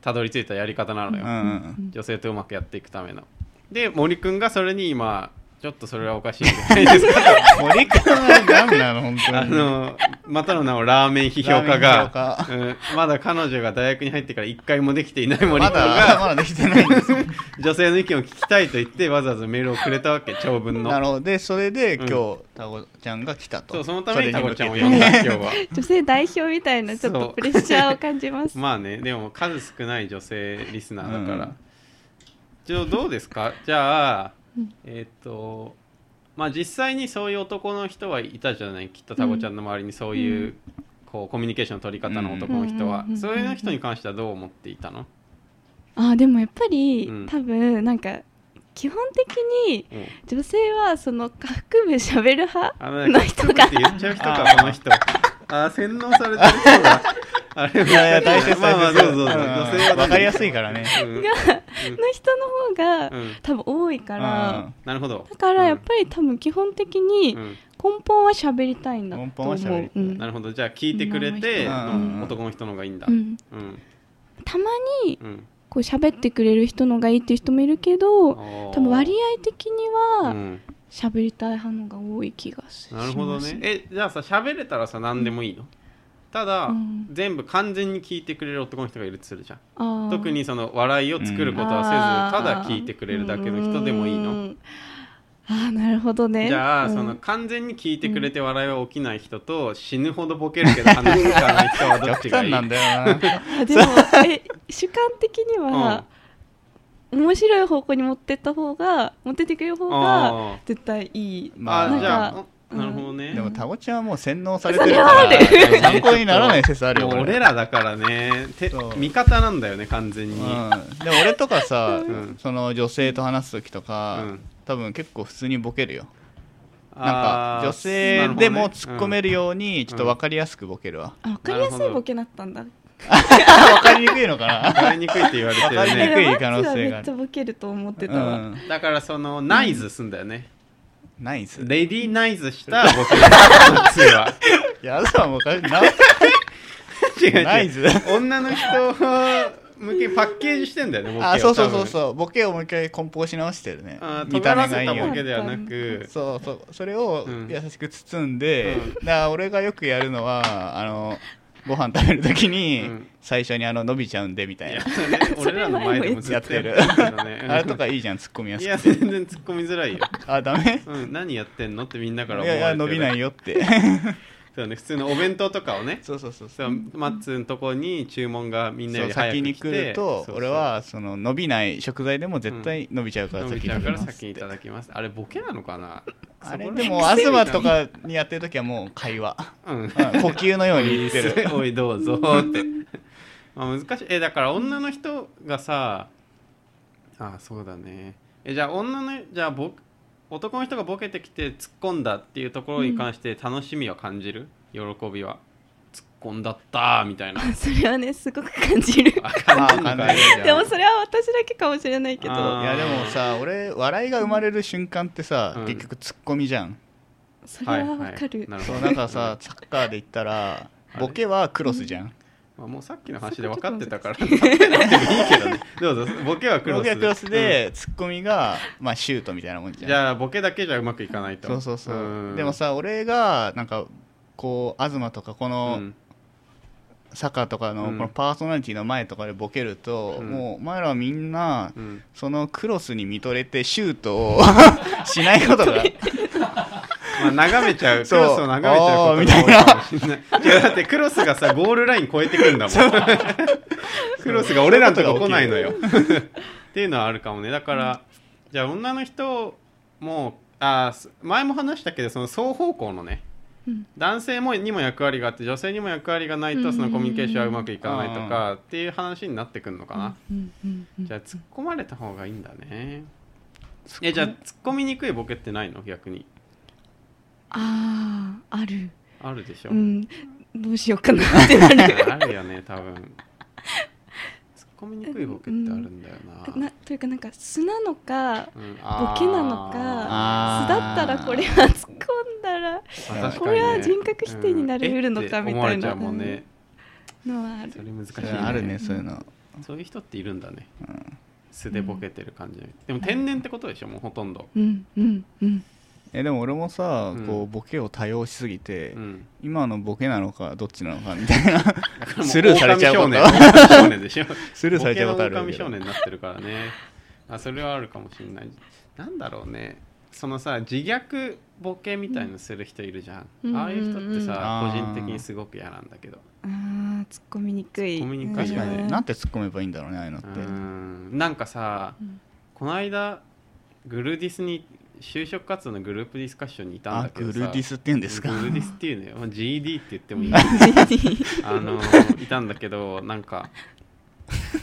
B: たどり着いたやり方なの
C: う
B: よ、
C: ん
B: 女性とうまくやっていくためので森くんがそれに今ちょっとそれはおかしいんじゃない
C: <laughs>
B: ですか
C: 森君は何なの本当に
B: あのまたの名をラーメン批評家
C: ラ
B: が、うん、まだ彼女が大学に入ってから一回もできていない森く
C: ま
B: ん
C: だ
B: が
C: まだできてないんです
B: 女性の意見を聞きたいと言ってわざわざメールをくれたわけ長文の
C: <laughs> なるほどでそれで今日、
B: う
C: タコちゃんが来たと
B: そうそのためにタコちゃんを
C: そ
B: 呼
C: れに
B: ん
C: 向
B: だ
C: けて
B: 今日は
D: 女性代表みたいなちょっ
B: そ
D: と
B: う
D: プレッシャーを感じます
B: まあねでも数少ない女性リスナーだか
C: う
B: ら
C: ん
B: じゃあどうですかじゃあ
D: うん
B: えっ、とまあ実際にそういう男の人はいたじゃないきっとタコちゃんの周りにそういう、こうコミュニケーションの取り方の男の人は、
D: うん
B: そういう人に関してはどう思っていたの、
D: あーでもやっぱり、
B: うん
D: 多分なんか基本的に
B: うん
D: 女性はその下腹部喋る派
B: あ
D: の人が
B: 言っちゃう人
C: あ
B: か
C: ー
B: この人あー洗脳されてる人があれ
C: いやいや大切大切
B: まあまあどうぞどうぞ
C: ん
B: 女性は
C: わかりやすいからね
B: うん
D: の人の方が、
B: うん
D: 多分多いか
C: う
D: ら、
C: ん
B: なるほど
D: だからやっぱり多分基本的に
B: うん
D: 根本は喋りたいんだと思う。
C: 根本は喋りたい
D: うん
B: なるほどじゃあ聞いてくれて
C: うん
B: 男の人の方がいいんだ
D: う
B: うん
D: ん
B: うん
D: たまにこう喋ってくれる人のがいいっていう人もいるけど
B: 多
D: 多分割合的に
B: う
D: は
B: ん
D: 喋りたい派のが多い気がしま
B: な
D: す
B: るほどね
D: え
B: えじゃあさ喋れたらさ何でもいいのただ、
D: うん
B: 全部完全に聞いてくれる男の人がいるとするじゃん
D: あー
B: 特にその笑いを作ることはせず、
D: あー
B: ただ聞いてくれるだけの人でもいいうの
D: んああなるほどね
B: じゃあ、
D: うん
B: その完全に聞いてくれて笑いは起きない人と、死ぬほどボケるけど話すかない人はどっち
C: 極
B: がい
C: 端
B: い
C: なんだよな
D: あ
B: <laughs>
D: でもえ主観的には、面白い方向に持ってった方が持ってってくれる方
B: うん、
D: が
B: あ
D: 絶対いい
B: ー、
C: まあ
B: あじゃ
D: なん
B: あ
D: か
B: おなるほどね、
C: <laughs> でもタゴちゃんはもう洗脳されてるから
D: それはあ
B: る
C: 参考にならない説あるよ
B: もう俺らだからねて
C: そう
B: 味方なんだよね完全に、
C: うん、でも俺とかさ、
B: ん
C: その女性と話す時とか、
B: うん
C: 多分結構普通にボケるよなん
B: あ
C: か
B: ー
C: 女性でも
B: なるほどね
C: 突っ込めるようにちょっと分かりやすくボケるわ、
D: あわかりや
B: な
D: す
B: るほ
D: い
B: ど
D: ボケだったんだ
C: 分かりにくいのか
B: うん
C: な
B: わかりにくいって言われて
C: わか
B: る
C: りに
B: ね
C: くい可能
D: は
C: 性
D: め
C: があ
D: っ
C: る
D: ちゃボケると思ってた
C: う
D: わ、
C: ん、
B: だからそのナイズすんだよね、
C: ナイス
B: レディーナイズしたボケだ普通
C: <laughs>
B: は
C: やだもうかな
B: 違う違う
C: ナイズ
B: 女の人向けパッケージしてんだよねボケを
C: あそうそうそう
B: う
C: そうボケをもう一回梱包し直してるね見
B: 尖
C: た
B: ら
C: 目
B: せ
C: がいい
B: た
C: よう
B: ボケ
C: に
B: ではなく
C: そうそうそれを
B: うん
C: 優しく包んで、
B: うん
C: だから俺がよくやるのはあのご飯食べる時に、
B: うん
C: 最初にあの伸びちゃうんでみた
B: い
C: いな
B: やそれ
C: <laughs>
B: 俺らの前でもずっとやってる <laughs> けどね
C: あれとかいいじゃん、突っ込みや
B: い
C: す
B: や
C: く
B: 全然突っ込みづらいよ、
C: あ、ダメ
B: うん、何やってんのってみんなから
C: い
B: 思われ
C: やい
B: て
C: や、
B: る
C: 伸びないよって。
B: <laughs> そうね普通のお弁当とかをね
C: そうそうそうそ。
B: そううマッツンとこに注文がみんなよ
C: そう
B: り早く来
C: 先
B: て
C: に来ると
B: そうそう
C: 俺はその伸びない食材でも絶対伸びちゃうか
B: 飲
C: ら
B: み
C: 先
B: ち
C: に
B: ゃう
C: 食
B: か
C: べ
B: ら
C: ます
B: 先いただきますあれボケなのかな
C: あれ
B: そこら
C: でも東とかにやってる時はもう会話
B: うん
C: うん呼吸のように言ってる
B: 「 <laughs> おいどうぞ」って <laughs> まあ難しいえだから女の人がさあそうだねえじゃあ女のじゃあ僕男の人がボケてきて突っ込んだっていうところに関して楽しみは感じる、喜びは突っ込んだったーみたいな
D: それはねすごく感じる
B: <laughs> あ感じるの
C: あ
B: か
C: 感じる
D: でもそれは私だけかもしれないけ
B: あ
D: ど
B: ー
C: いやでもさ俺笑いが生まれる瞬間ってさ
B: うん
C: 結局ツッコミじゃん
D: それはわかる、
B: な
C: そ
B: ほ
C: う
B: ど
C: なんかさサッカーで言ったらボケはクロスじゃん
B: まあ、もうさっきの話で分かってたから分かってなくてもいいけどね <laughs> どうぞボケはクロ
C: ボ
B: ス
C: ケはクロスでツッコミがまあシュートみたいなもんじ
B: うん
C: ゃん
B: じゃあボケだけじゃうまくいかないと
C: そうそうそう、
B: ん
C: でもさ俺がなんかこう東とかこ
B: う
C: の
B: ん
C: 坂とかのこ
B: うん
C: のパーソナリティの前とかでボケると、
B: うん
C: もうお前らはみんな
B: うん
C: そのクロスに見とれてシュートを <laughs> しないこと
B: <laughs>
C: が
B: まあ、眺めちゃう、ク
C: そう
B: ロスを眺めちゃうことが多いかもしれない。違うだってクロスがさ、ゴールライン越えてくるんだもん。クロスが俺らのとこ来ないのよ。っていうのはあるかもね。だから、じゃあ女の人も、あーす前も話したけど、その双方向のね、
D: うん
B: 男性もにも役割があって、女性にも役割がないと、そのコミュニケーションはうまくいかないとか、っていう話になってくるのかな。
D: うんうんうん
B: じゃあ、突っ込まれた方がいいんだね。え、じゃあ、突っ込みにくいボケってないの逆に。
D: ああある
B: あるでしょ。
D: うんどうしようかなってなる
B: あるよね多分突っ込みにくいボケってあるんだよな,、
D: なというかなんか素なのか
B: うん
D: ボケなのか
C: あ
D: 素
C: ー
D: だったらこれは突っ込んだら
B: 確かにね
D: これは人格否定になり得るのか
B: うんえ
D: みた
B: って思
D: いな
B: われちゃうもんね
D: のはあ
B: そ
D: る
B: れ難しい、ね、
C: あるねそういうの
B: そういう人っているんだね、素でボケてる感じでも天然ってことでしょもうほとんど、
D: うんうんうん
C: えでも俺もさ、
B: うん
C: こうボケを多用しすぎて、
B: うん、
C: 今のボケなのかどっちなのかみ
B: <laughs>
C: たいな
B: だからも
C: スルーされちゃうこと
B: 狼 <laughs> 少年少年でしょ
C: スルーされちゃうことある
B: ボケの
C: け
B: 狼
C: ど
B: 少年になってるから
C: <laughs>
B: ねあそれはあるかもしれないなんだろうねそのさ自虐ボケみたいのする人いるじゃん、
D: うん
B: ああいう人ってさ、
C: うんうんうん
B: 個人的にすごく嫌なんだけど
D: あー突っ込みにくい
B: 突っ込みにくい
C: 確か
B: よ
C: に
B: ね
C: なんて突っ込めばいいんだろうねああいうのっ
B: う
C: て、
B: んなんかさ、
D: うん
B: この間グルディスに就職活動のグループディスカッションにいたん
C: あ
B: だけ
C: グ
B: どさ
C: ルディスって言うんですか
B: グルディスっていうのよ、まあ、GD って言ってもいい <laughs> あのいたんだけどなんか1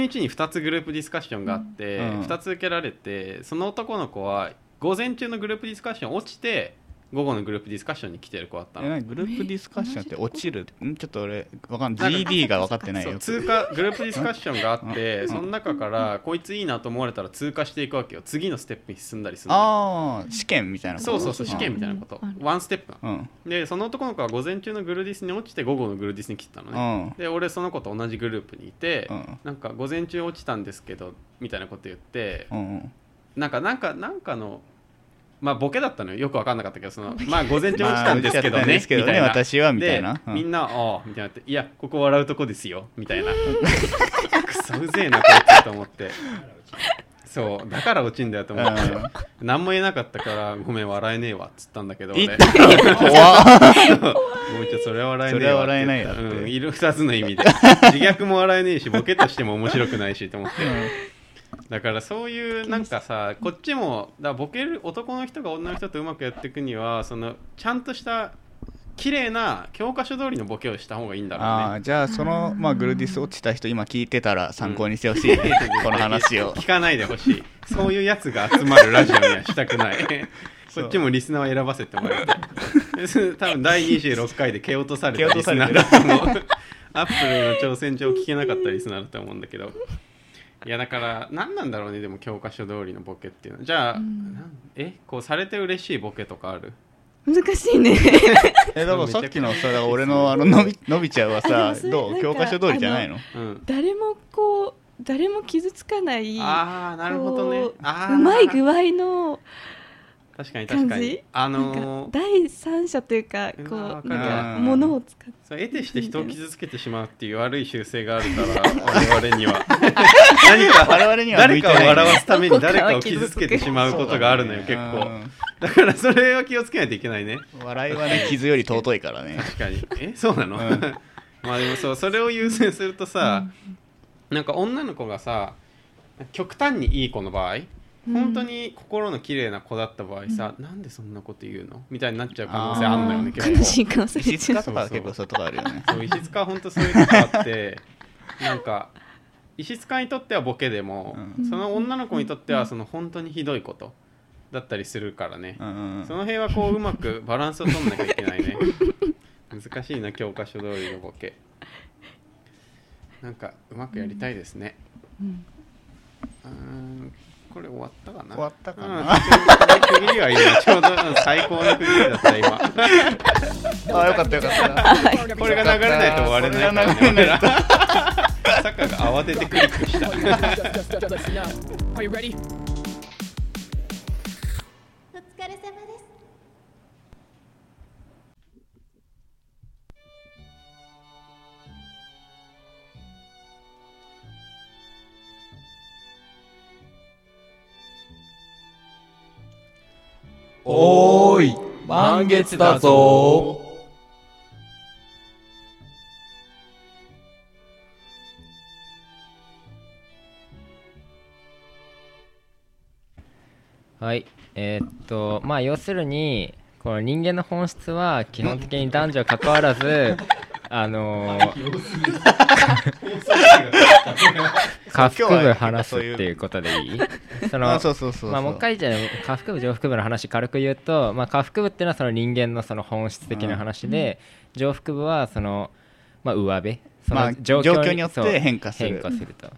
B: 日に2つグループディスカッションがあって、
C: うん
B: 2つ受けられてその男の子は午前中のグループディスカッション落ちて午後のグループディスカッションに来てる子だった
C: え
B: の
C: 何グループディスカッションって落ちるんちょっと俺わかん
B: なんか
C: GD が分かってない
B: そう
C: よ
B: 通過グループディスカッションがあってその中からこいついいなと思われたら通過していくわけよ次のステップに進んだりするの
C: ああ試験みたいなこと
B: そうそうそう試験みたいなこと
D: うん
B: ワンステップなの
C: うん
B: でその男の子は午前中のグルディスに落ちて午後のグルディスに来てたの
C: う
B: ね
C: んうん
B: で俺その子と同じグループにいて
C: うん
B: なんか午前中落ちたんですけどみたいなこと言って
C: うん
B: なんかなんかなんかのまあボケだったのよよく分かんなかったけどそのまあ午前中落ちたんですけど
C: まあ落ちちゃったんで
B: ね
C: すけどね
B: みたいな
C: 私はみたいな
B: で
C: うん
B: みんな「ああ」みたいになって「いやここ笑うとこですよ」みたい
C: <laughs>
B: なクソうぜえなこいつと思ってそうだから落ちんだよと思って何も言えなかったから「ごめん笑えねえわ」っつったんだけど俺
C: 言ったよ怖っ
B: もう一度それは笑えねえ
C: それは
B: わ
C: 笑えない
B: っ
C: わ
B: て
C: って
B: 言ったうんいる二つの意
C: <laughs>
B: 味で自虐も笑えねえしボケとしても面白くないしと思ってだからそういうなんかさこっちもだからボケる男の人が女の人とうまくやっていくにはそのちゃんとした綺麗な教科書通りのボケをした方がいいんだ
C: あ
B: ろう
C: あ
B: ね
C: じゃあそのまあグルディス落ちた人今聞いてたら参考にしてほ
B: <laughs>
C: しいねこの話を
B: 聞かないでほしいそういうやつが集まるラジオにはしたくない
C: <laughs> そう
B: こっちもリスナーを選ばせてもらいた
C: <laughs>
B: い多分第26回で蹴落とされ
C: 蹴
B: た
C: 落
B: リ
C: と
B: ス
C: され
B: ナ
C: て
B: ー
C: る
B: だと思うアップルの挑戦状聞けなかったリスナーだと思うんだけどいやだから何なんだろうねでも教科書通りのボケっていうのはじゃあ、
D: うん
B: なんえこうされて嬉しいボケとかある
D: 難しいね <laughs>
C: えだからさっきのさだから俺のあののび
B: <laughs>
C: のびちゃんは
D: あでも
C: さ
D: それ
C: ど
D: なん
C: う
D: か
C: 教科書通りじゃないの
B: うん
D: 誰もこう誰も傷つかない
B: ああなるほどね
D: こう
B: あー
D: うまい具合の
B: 確かに確か
D: 感
B: に
D: じ
B: あ
D: なん
B: の
D: か
B: ー
D: 第三者というか
B: うわ
D: こ
B: ーわか
D: う
B: る
D: なん
C: う
D: か
C: ん
D: 物を使って
B: そう得てして人を傷つけてしまうっていう悪い習性があるから我々には何か
C: 我々には向
B: 誰
C: い
B: かを
C: てない
B: 笑わすために誰かを
D: どこかを
B: 傷
D: 傷
B: つ
D: つ
B: け
D: け
B: て
D: て
B: しまうことがあるのよ
C: そう
B: 結
C: だね
B: 構だからそれは気をつけないといけないね
C: うん笑いはね傷より尊い
D: <laughs>
C: からね
B: 確かにえそうなの、
C: うん
B: <laughs> まあでもそうそれを優先するとさ、なんか女の子がさ極端にいい子の場合本当に心の綺麗な子だった場合さ、なんでそんなこと言うのみたいになっちゃう可能性あんのよね
D: あ
B: 結
D: ー
B: 構
D: 悲しい顔され
C: 石
D: ちゃ
C: 塚
D: う
C: とかは結構そういうとこあるよ
B: <laughs>
C: ね
B: そう石塚は本当そういうとこあって
C: <laughs>
B: なんか石塚にとってはボケでも、
D: うん
B: その女の子にとってはその本当にひどいことだったりするからね
C: う、ん
B: その辺はこううまく <laughs> バランスを取んなきゃいけないね難しいな教科書通りのボケなんかうまくやりたいですね
D: うん
B: うーんこれ終わったかな
C: 終わったかな
B: うん区切りはいいねちょうどうん最高の区切りだった今
C: あよかったよかった
B: これが流れないと終われないからね
C: これが流れないと
B: サッカーが慌ててクリックした
E: Are you ready?
F: お疲れ様です。
G: おーい満月だぞ
A: はいえーっとまあ要するにこの人間の本質は基本的に男女関わら <laughs> ずあのー、 <laughs> 下腹部話すっていうことでいいその
B: <laughs>
C: あそうそうそうそう
A: まあ、もう一回じゃあ下腹部上腹部の話軽く言うと、まあ、下腹部っていうのはその人間のその本質的な話で、上腹部はその、まあ、上辺そ
C: ま
A: の
C: あ状況によって
A: そう
C: 変化する
A: 変化すると、だ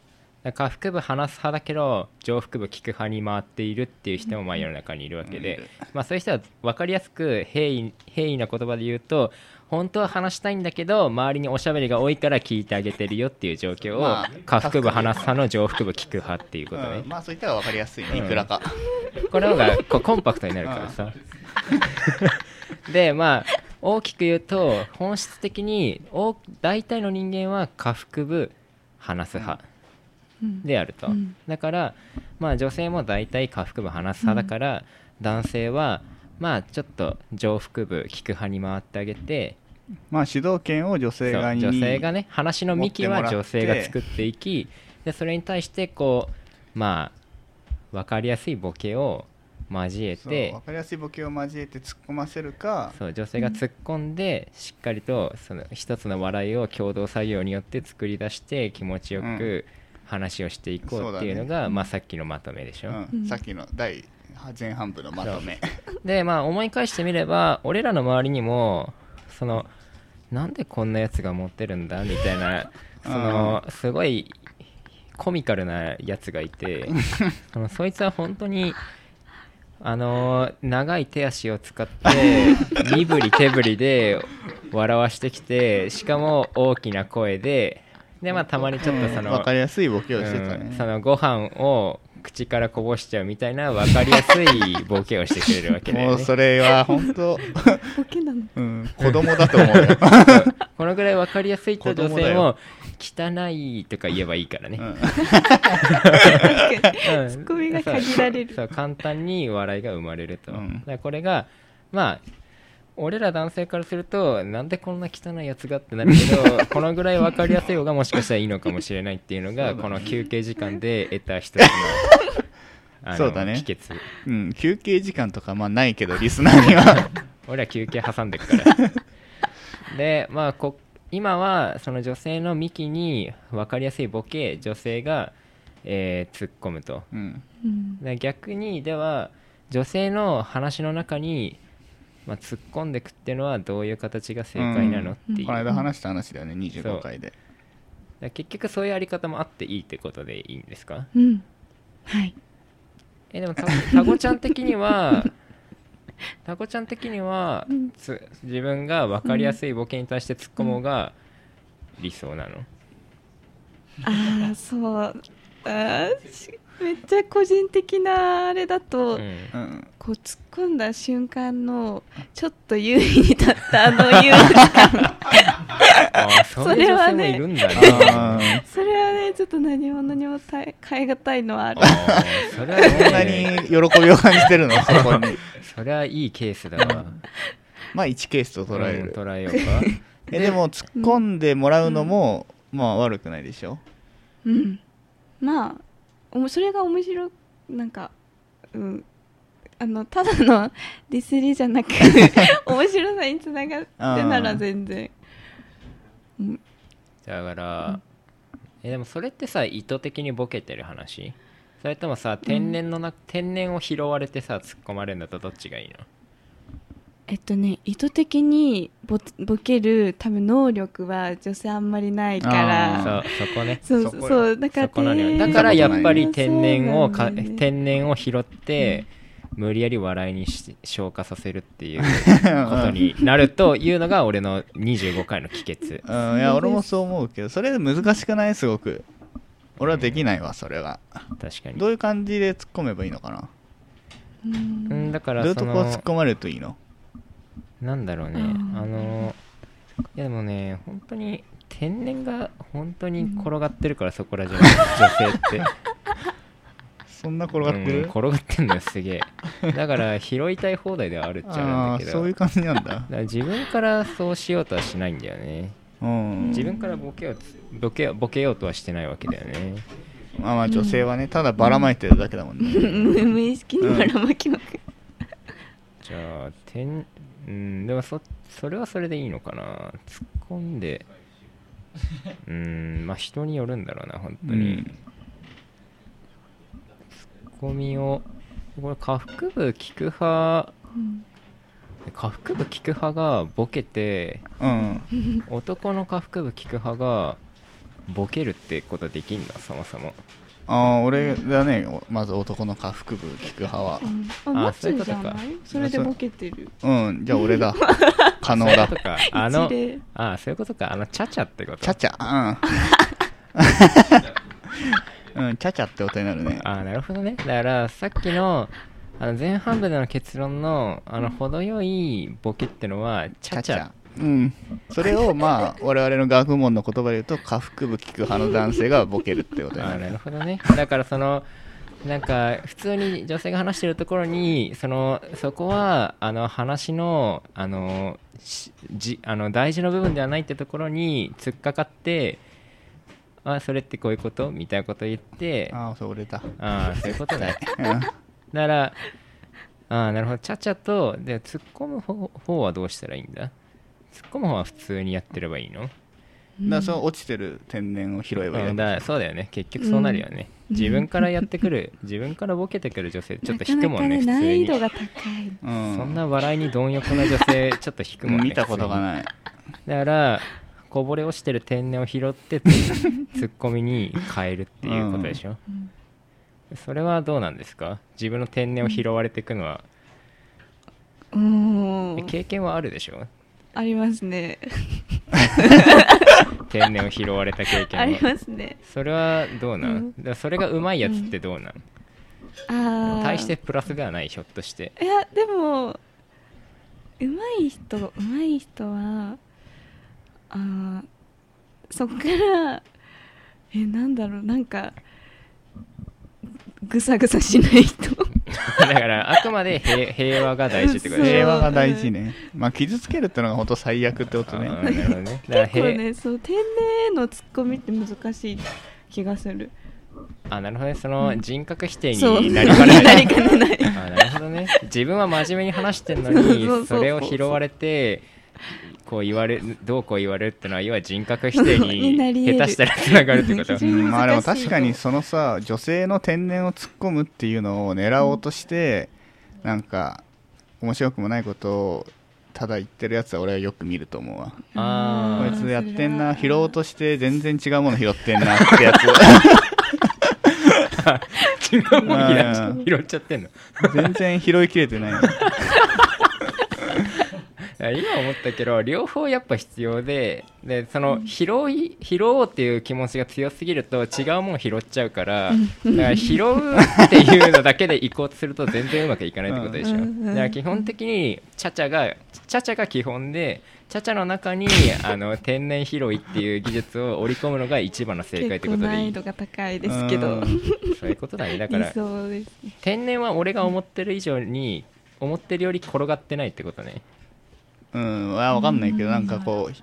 A: から下腹部話す派だけど上腹部聞く派に回っているっていう人もまあ世の中にいるわけで、
C: うんいる
A: まあ、そういう人は分かりやすく平易平易な言葉で言うと本当は話したいんだけど周りにおしゃべりが多いから聞いてあげてるよっていう状況を、
C: まあ
A: 下腹部話す派の上腹部聞く派っていうことね、
C: うんまあそういったら分かりやすいね
A: うん
C: いくらか
A: この方がこうコンパクトになるからさ。 <laughs> でまあ大きく言うと本質的に大大体の人間は下腹部話す派
D: うん
A: であると、
D: うん
A: だからまあ女性も大体下腹部話す派だから、男性はまあちょっと上腹部聞く派に回ってあげて
C: まあ主導権を女性
A: そう
C: 側に
A: 女性がね話の幹
C: 持っ
A: は
C: てもら
A: 女
C: って
A: 性が作っていきでそれに対してこうまあ分かりやすいボケを交え
C: そう
A: て
C: 分かりやすいボケを交えて突っ込ませるか
A: そう女性が突っ込んで、しっかりとその一つの笑いを共同作業によって作り出して気持ちよく話をしていこ
C: そう
A: う
C: だ
A: っ
C: ね
A: ていうのがまあ、さっきのまとめでしょ、
C: うんさっきの第前半部のまとめ
A: でまあ思い返してみれば俺らの周りにもそのなんでこんなやつが持ってるんだみたい <laughs> なそのすごいコミカルなやつがいてそのそいつは本当にあの長い手足を使 <laughs> って身振り手振りで笑わしてきてしかも大きな声ででまあたまにちょっとその
C: 分かりやすいボケをしてた
A: うん
C: ね
A: そのご飯を口からこぼしちゃうみたいな分かりやすいボケをしてくれるわけだ
C: も
A: よ
C: う
A: ね
C: それは
A: <laughs>
C: 本当、
D: ボケなの
C: うん、子供だと思うよ。
A: このぐらい分かりやすいと女
C: 子供だ
A: 性も
C: よ
A: 汚いとか言えばいいからね、
C: うん
D: 確かに
A: うん
D: <laughs> ツッコミが限られる
A: そうそう簡単に笑いが生まれると、
C: うん
A: だからこれがまあ俺ら男性からするとなんでこんな汚いやつがってなるけ
C: <laughs>
A: どこのぐらい分かりやすい方がもしかしたらいいのかもしれないっていうのが
C: そうだね
A: この休憩時間で得た一つのあの
C: そうだね
A: 秘訣
C: うん、休憩時間とかまあないけどリスナーには
A: 俺は休憩挟んでるから <laughs> でまあこ今はその女性の幹に分かりやすいボケ女性が、えー突っ込むと
C: うん
D: うん
A: で逆にでは女性の話の中に、まあ、突っ込んでくっていうのはどういう形が正解なのっていう、
D: うん
C: この
A: だか
C: 間話した話だよね
A: そう
C: 25回で
A: ら結局そういうやり方もあっていいってことでいいんですか
D: うんはい
A: えでもタコタコちゃん的にはタコちゃん的にはつ自分が分かりやすいボケに対して突っ込むうが理想なの、
D: ああそうあーしめっちゃ個人的なあれだと、
A: うん
C: うん
D: こう突っ込んだ瞬間のちょっと優位に立ったあの優越感
A: ああそういう女性もいるんだ
C: あ
A: ね
C: ー
D: それはねちょっと何者にも耐え変え難いのはある
A: あーそれはね
C: そんなに喜びを感じてるのそこ
A: <laughs>
C: に
A: それはいいケースだわ
C: まあ1ケースと捉え
A: うん
C: る
A: 捉えようか
C: えでも突っ込んでもらうのも、まあ悪くないでしょ
D: うんまあおもそれが面白いなんかうんあのただのディスりじゃなく面白さにつながってなら全然
A: だから、えでもそれってさ意図的にボケてる話それともさ天然のな、天然を拾われてさ突っ込まれるんだとどっちがいいの
D: えっとね意図的にボボケる多分能力は女性あんまりないか
C: あー
D: ら
A: そうそこね
D: そう
C: そこ
D: そう
C: よ
D: そうだから
A: そこなのよ
D: ね
A: だからやっぱり天然を
D: そうな
A: か、
D: んだよね
A: 天然を拾って、無理やり笑いにし消化させるって
D: <laughs>
A: いうことになるというのが俺の25回の帰結
C: うん、いや俺もそう思うけどそれ難しくないすごく俺はできないわそれは
A: 確かに
C: どういう感じで突っ込めばいいのかな
D: うん
A: うんだか
C: ど
A: ら
C: ういう
A: そ
C: と
A: の
C: こ突っ込まれるといいの
A: なんだろうね、
D: あー
A: あの、いやでもね、本当に天然が本当に転がってるから、そこらじゃない、女性って。
C: そんな <laughs> 転がってる、
A: うん転がってんのよ、すげえ。だから、拾いたい放題ではあるっちゃ
C: あ
A: ある
C: あ
A: んだけど、
C: そういう感じなん
A: <laughs>
C: だ
A: だから自分からそうしようとはしないんだよね。
C: うん
A: 自分からボケをつボケボケようとはしてないわけだよね。
C: まあまあ女性はねただばらまいてるだけだもんね、
D: 無無意識にばらまきまくる
A: じゃあ、天、うん、でもそ、それはそれでいいのかな。突っ込んで、うん、まあ人によるんだろうな、本当に。ツッコミをこれ下腹部聞く派
D: うん
A: 下腹部聞く派がボケて
C: うん、
A: 男の下腹部聞く派がボケるってことできんのそもそも
C: ああ俺だねおまず男の下腹部聞く派は
D: うん
A: あ
D: あ持
A: そういう
D: つ
A: こと
D: じ
A: か
D: ゃないそれでボケてる
C: うんじゃあ
A: <laughs>
C: 俺だ可能だ
A: と
C: チ
A: かあの
D: <laughs> 一例
A: あそういうことかあのチャチャってこと
C: ャチャうん <laughs> うんチャチャって音になるね
A: あなるほどねだからさっきのあの前半部での結論のあの程よいボケってのはチャチャ
C: うんそれをまあ我々の学問の言葉で言うと下腹部聞く派の男性がボケるってことに
A: あ
C: な
A: な
C: る
A: るほどねだからそのなんか普通に女性が話してるところにそのそこはあの話のあのしじあの大事な部分ではないってところに突っかかってあそれってこういうことみたいなこと言ってあ
C: ああそれ俺だ
A: あそういうことだだか
C: うん
A: らああなるほどちゃちゃとで突っ込む方方はどうしたらいいんだ突っ込む方は普通にやってればいいの
C: だからその落ちてる天然を拾えばいい
A: うん、
C: だ
A: だそうだよね結局そうなるよね、
D: うん
A: 自分からやってくる自分からボケてくる女性ちょっと引くもんね
D: なかなか難易度
A: 普
D: が高い
C: けう
A: 通に
C: ん
A: そんな笑いに貪欲な女性ちょっと引くもんね
C: <laughs> 見たことが
A: い
C: ない
A: だからこぼれ落ちてる天然を拾ってツッツッコミに変えるっていうことでしょ、それはどうなんですか自分の天然を拾われていくのは、
D: うん
A: え経験はあるでしょ
D: ありますね
A: 天然を拾われた経験は
D: ありますね
A: それはどうなん、
D: うん
A: だからそれがうまいやつってどうなん、
D: ああ
A: 大してプラスではないひょっとして <laughs>
D: いやでも上手い人上手い人はあーそっからえなんだろうなんかぐさぐさしない人
A: だからあくまで平平和が大事ってことでし
D: そう
A: ょ
C: 平和が大事ね。まあ、傷つけるってのが本当最悪ってこと
A: あーな
C: ね。
A: るほどねだから
D: 結構
A: 平
D: ねそう天然へのツッコミって難しい気がする
A: あなるほどねその人格否定
D: そう
A: になりかねない
D: <laughs> なりかねない
A: あなるほどね自分は真面目に話してんのに
D: そうそうそうそう
A: それを拾われてこう言われどうこう言われるってのは要は人格否定
D: になり
A: に
D: 得
A: 下
D: る
A: 手したらつながるって
D: <laughs>
A: こと
D: 非常に難しい
C: まあでも確かにそのさ女性の天然を突っ込むっていうのを狙おうとして、なんか面白くもないことをただ言ってるやつは俺はよく見ると思うわ
A: あ
C: こ
A: ー
C: いつやってんな
D: それ
C: 拾
D: は
C: おうとして全然違うもの拾ってんなってや
A: 違うもんになっちゃ
C: う
A: う拾っちゃってんの
C: つ全然拾いきれてない
A: 今思ったけど両方やっぱ必要ででその拾い拾おうっていう気持ちが強すぎると違うもん拾っちゃうからだから拾うっていうのだけで移行すると全然うまくいかないってことでしょ
D: う
A: だ
D: ん
A: から基本的にチャチャがチャチャが基本でチャチャの中
D: <laughs>
A: にあの天然拾いっていう技術を織り込むのが一番の正解って
D: 結
A: こと
D: 構
A: でい
D: 難易
A: い
D: 度が高いですけど
C: うん
A: そういうことだねだか
D: 理
A: ら
D: 想ですね
A: 天然は俺が思ってる以上に思ってるより転がってないってことね
C: うんわかんないけどなんかこう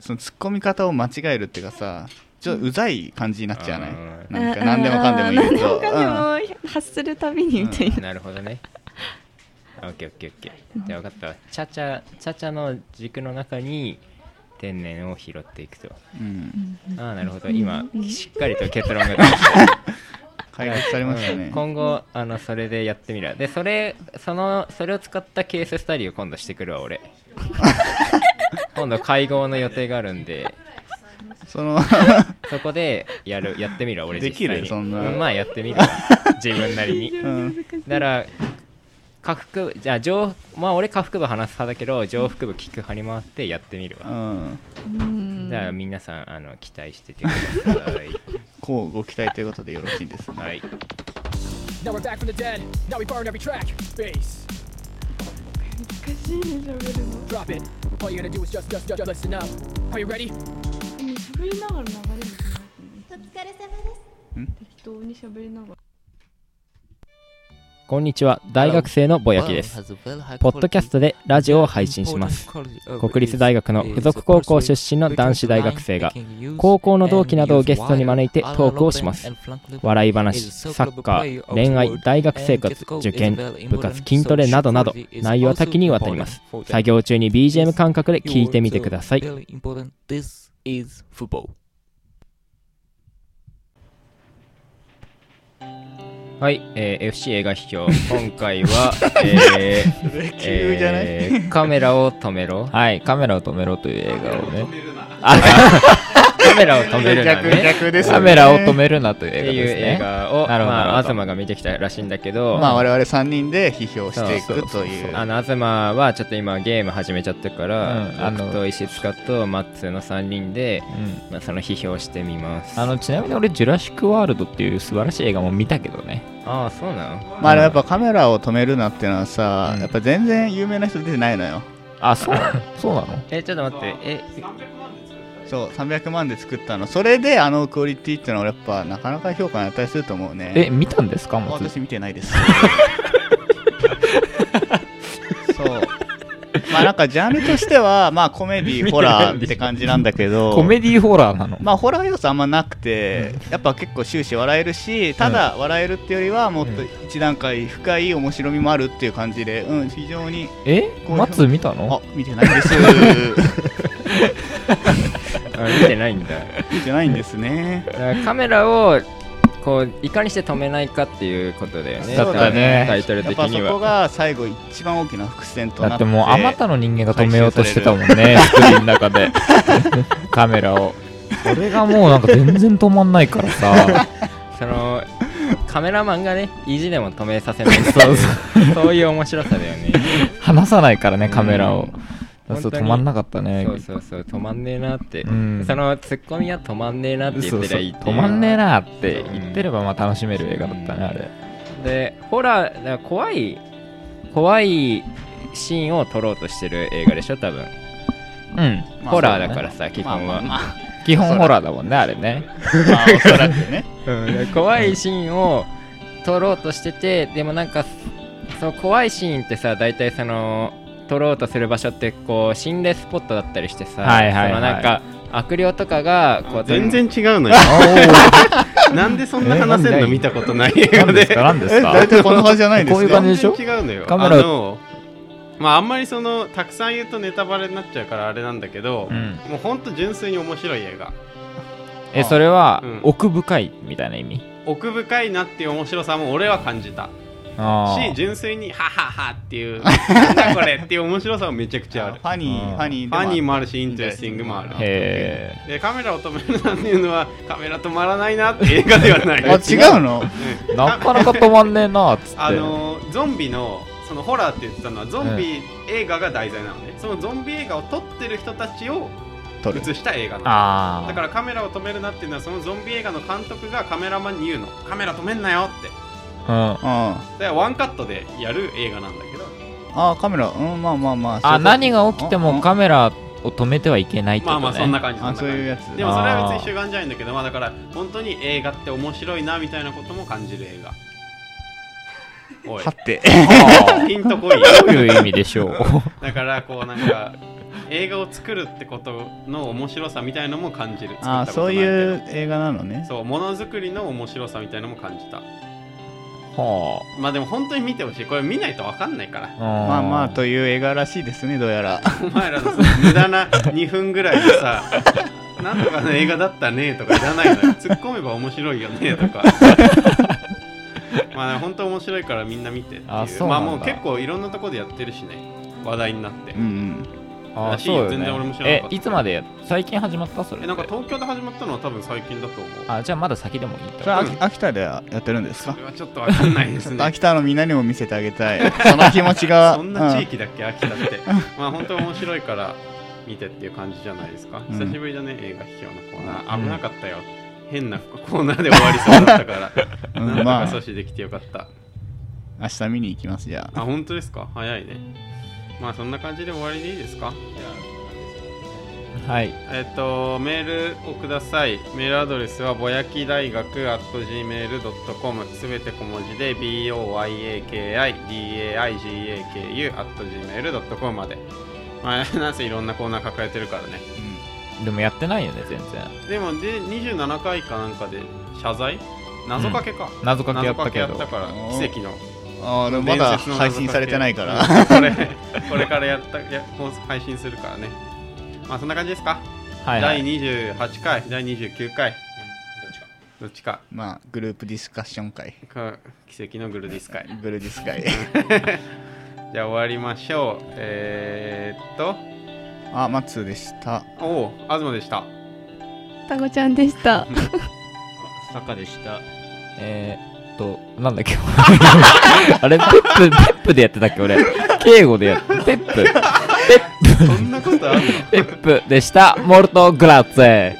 C: その突っ込み方を間違えるっていうかさちょっとうざい感じになっちゃうね
A: う
C: なんか何でもかんでも言う
D: あ
C: と
D: ー何でもかんでも発するたびにみたいな、
A: なるほどね。オッケーオッケーオッケー。じゃあ分かったわ。チャチャ、チャチャの軸の中に天然を拾っていくと。
C: うん、うん、
A: ああ、なるほど。今、しっかりと結論が出ました。
C: 解決されました
A: うん
C: ね
A: 今後、あの、それでやってみる。で、それ、その、それを使ったケーススタディを今度してくるわ、
C: <laughs>
A: 俺。今度会合の予定があるんで、
C: その
A: そこでやる、やってみるわ、俺
C: で
A: 実
C: きる
A: 際に。
C: そんな
A: うんまあやってみるわ。自分なりに。
C: うん
A: だから下腹部じゃあ上まあ俺下腹部話す派だけど上腹部聞く派に回ってやってみる
C: う
A: わ、
C: ん
D: うん
A: じゃあ皆さんあの期待しててください
C: こうご期待ということでよろしいですね
A: はい
E: Now we're back from the dead. Now we burned every track. Bass,
D: 難しいね喋るの
E: drop it. All you gotta do is just, just, just listen up. Are you ready?
D: でも喋りながら流れるのかな
F: お疲れ様です
D: 適当に喋りながら
A: <laughs> こんにちは大学生のぼやきです <laughs> ポッドキャストでラジオを配信します国
G: 国
A: 立大学の附属高校出身の男子大学生が高校の同期などをゲストに招いてトークをします笑い話サッカー恋愛大学生活受験部活筋トレなどなど内容は多岐にわたります作業中に BGM 感覚で聞いてみてください
G: Very important. This is football.
A: はい、えー FC 映画批
G: <laughs>
A: 評今回は、えー
C: 急じゃない
A: えーカメラを止めろ
G: <laughs> はい、カメラを止めろという映画をね。
A: カメラを止めるな
C: <laughs> 逆
A: ね
C: 逆ですね
G: カメラを止めるなという
A: っ
G: 映画
A: ていう
G: です
A: 映
G: ね。
A: 画を、
G: なるほど
A: まあ、
G: なるほど
A: 東が見てきたらしいんだけど、
C: まあ我々3人で批評してい
G: そう
C: く
G: そうそう
C: という
A: あの東はちょっと今ゲーム始めちゃったから、
G: うんあの
A: 僕と石塚とマッツーの3人で、
G: うん
A: まあ、その批評してみます
G: あのちなみに俺、ジュラシック・ワールドっていう素晴らしい映画も見たけどね。
A: ああそうなの
C: まあでもやっぱカメラを止めるなっていうのはさ、
G: うん
C: やっぱ全然有名な人出てないのよ
G: あ、そう
A: <laughs>
G: そうなの
A: えちょっと待って
G: <laughs>
A: え
C: そう300万で作ったのそれであのクオリティっていうのはやっぱなかなか評価に値すると思うね
G: え、見たんですか、松井
C: 私見てないですそうまあなんかジャンルとしてはまあコメディホラーって感じなんだけど
G: コメディーホラーなの。
C: まあホラー要素あんまなくて、やっぱ結構終始笑えるしただ笑えるってよりはもっと一段階深い面白みもあるっていう感じで、うん、非常に
G: え、
C: こういう
G: 松井見た
C: あ
G: の
C: 見てないです
G: <laughs>
A: あ見てないんだ
C: 見てないんですね
A: だからカメラをこういかにして止めないかっていうことだよね
G: そうだね
A: タイトル
C: やっ
A: 的
C: ぱそ
A: に
C: こ
A: は
C: が最後一番大きな伏線とな
G: だ
C: っ
G: っててもう、あまたの人間が止めようとしてた
A: <laughs>
G: もんね、スクリーンの中で。カメラを。俺がもうなんか全然止まんないから
A: <laughs>
G: さ。
A: そのカメラマンがね意地でも止めさせないっていうそういう面白さだよね
G: 離さないからね、カメラを。
A: うん
G: そう
A: 本当に
G: 止まんなかったね。
A: そうそうそう止まんねえなって、
G: うん
A: そのツッコミは止まんねえなって言っ
G: そう
A: てり
G: そ
A: ゃ
G: う
A: いいっていう
G: 止まんねえなって言ってればまあ楽しめる映画だったねあれ
A: でホラーだから怖い怖いシーンを撮ろうとしてる映画でしょ多分、
G: うん
C: まあ
A: ホラーだからさ、基
C: まあ
A: 本
C: まあ
A: は、
C: まあ
G: 基本ホラーだもんねあれね
C: まあおそらく
G: <laughs>
C: ね
A: うんで <laughs> 怖いシーンを撮ろうとしててでもなんかその怖いシーンってさ大体その撮ろうとする場所ってこう心霊スポットだったりしてさ、
G: はいはいはい
A: そのなんか悪霊とかがこう
B: 全然違うのよなんでそんな話せ
G: え
B: る
G: な
B: の
G: ん
B: 見たことない映画
G: 何で
B: です
G: か何で
C: え大
G: すか
C: 体こんな感じじゃないですか
G: こういう感じでしょ
B: 全然違うのよ
G: カメラ
B: あのまああんまりそのたくさん言うとネタバレになっちゃうからあれなんだけど、
G: うん
B: もうほんと純粋に面白い映画
G: えそれは
B: うん
G: 奥深いみたいな意味
B: 奥深いなっていう面白さも俺は感じた
G: あ
B: し純粋に「ははは」っていう「なんだこれ」っていう面白さもめちゃくちゃある
C: ファニー
G: う
C: フ
G: ん
C: ァ
B: フ
C: ニーでもある
B: ァニーもあるしインタレスティングもある
G: ーへ
B: でカメラを止めるなんていうのはカメラ止まらないなって映画ではない
C: <laughs> あ違うの
G: えなかなか止まんねえなっつって
B: あのーゾンビのそのホラーって言ってたのはゾンビ映画が題材なのね、そのゾンビ映画を撮ってる人たちを
C: 撮る
B: 映した映画なの
G: あ
B: だからカメラを止めるなっていうのはそのゾンビ映画の監督がカメラマンに言うのカメラ止めんなよって
G: らうん
C: うんあ
B: だからワンカットでやる映画なんだけど
C: あカメラうんまあまあまあそうい
G: あ
C: うこと
G: 何が起きても
C: あ
G: カメラを止めてはいけないってこ
B: まあ
G: と
B: まあそん
G: ね
B: な感じ
C: あ
B: そ
C: そ
B: ん
C: う
B: な感
C: いう
B: じ
C: やつ
B: でもそれは別に主眼じゃないんだけどまあだから本当に映画って面白いなみたいなことも感じる映
C: <laughs>
B: 画おい <laughs>
C: はって
G: あ
B: ピンとこい
G: ーどういう意味で
B: <laughs>
G: しょう
B: だからこうなんか映画を作るってことの面白さみたいのも感じる作った
C: あ
B: こと
C: そう
B: ないけど
C: いう映画なのね
B: そうものづくりの面白さみたいのも感じた
G: は
B: まあでも本当に見てほしいこれ見ないと分かんない
G: <laughs>
B: から
G: あ
C: まあまあ
G: うん
C: という映画らしいですねどうやら
B: お前らのその無駄な2分ぐらいでさ <laughs> 「なんとかの映画だったね」とかいらないのよ突っ込めば面白いよねと
G: <laughs>
B: かまあね本当面白いからみんな見てっていう
G: あそう
B: ま
G: な
B: あ
G: んだ
B: もう結構いろんなとこでやってるしね話題になって
C: うんうん
G: あ
B: ら
G: あ
B: しいよ
G: そうよ、ね、
B: 全然俺も知らなかった
G: えいつまで最近始まったそ
B: え
G: れって
B: なんか東京で始まったのは多分最近だと思う
G: あじゃあまだ先でもいいってこ
C: そ
G: と
C: れは秋秋田ではやってるんです
B: そ
C: か
B: れはちょっとわかんないですね
C: 秋田のみんなにも見せてあげ
B: <laughs>
C: たいその気持ちが
B: そんな地
C: うん
B: 域だっけ秋田ってまあ本当面白いから見てっていう感じじゃないですか
C: うん
B: 久しぶりだね映画批評のコーナー
G: うん
B: 危なかったよ変なコーナーで終わりそうだったから
C: うん
B: なんと
C: ま
B: か <laughs>
C: あ
B: 阻止できてよかった
C: 明日見に行きますじゃあ
B: あ本当ですか早いねまあそんな感じで終わりでいいですかじゃあ
G: はい
B: えっと、メールをください。メールアドレスはぼやき大学 at gmail.com すべて小文字で boyakidaigaku gmail.com まで。まあ、 <laughs> なんせいろんなコーナー抱えてるからね。
G: でもやってないよね全然
B: でも、で、27回かなんかで謝罪謎かけか。
G: 謎かけや
B: 謎
G: った
B: かけ
G: け
B: や
G: ど
B: ったから
C: お、ー
B: 奇跡の。
C: あーでもまだ配信されてないから
B: 伝説の謎かけ。 <laughs> うんこれ、これからやった、やもう配信するからね。まあ、そんな感じですか。
G: はい、はい、
B: 第28回第29回どっちか
C: <laughs> まあグループディスカッション会
B: どっちかか奇跡のグルディス会
C: グルディス会
B: じゃあ終わりましょうえー、っと
C: <laughs> あマッツーでした
B: おお東でした
D: タコちゃんでした。
H: 坂でした
G: えー、っとなんだっけ <laughs> あれペップペップでやってたっけ俺敬語でやっペップペップ
B: そんなことあるの
G: ペップでしたモルトグラッツェ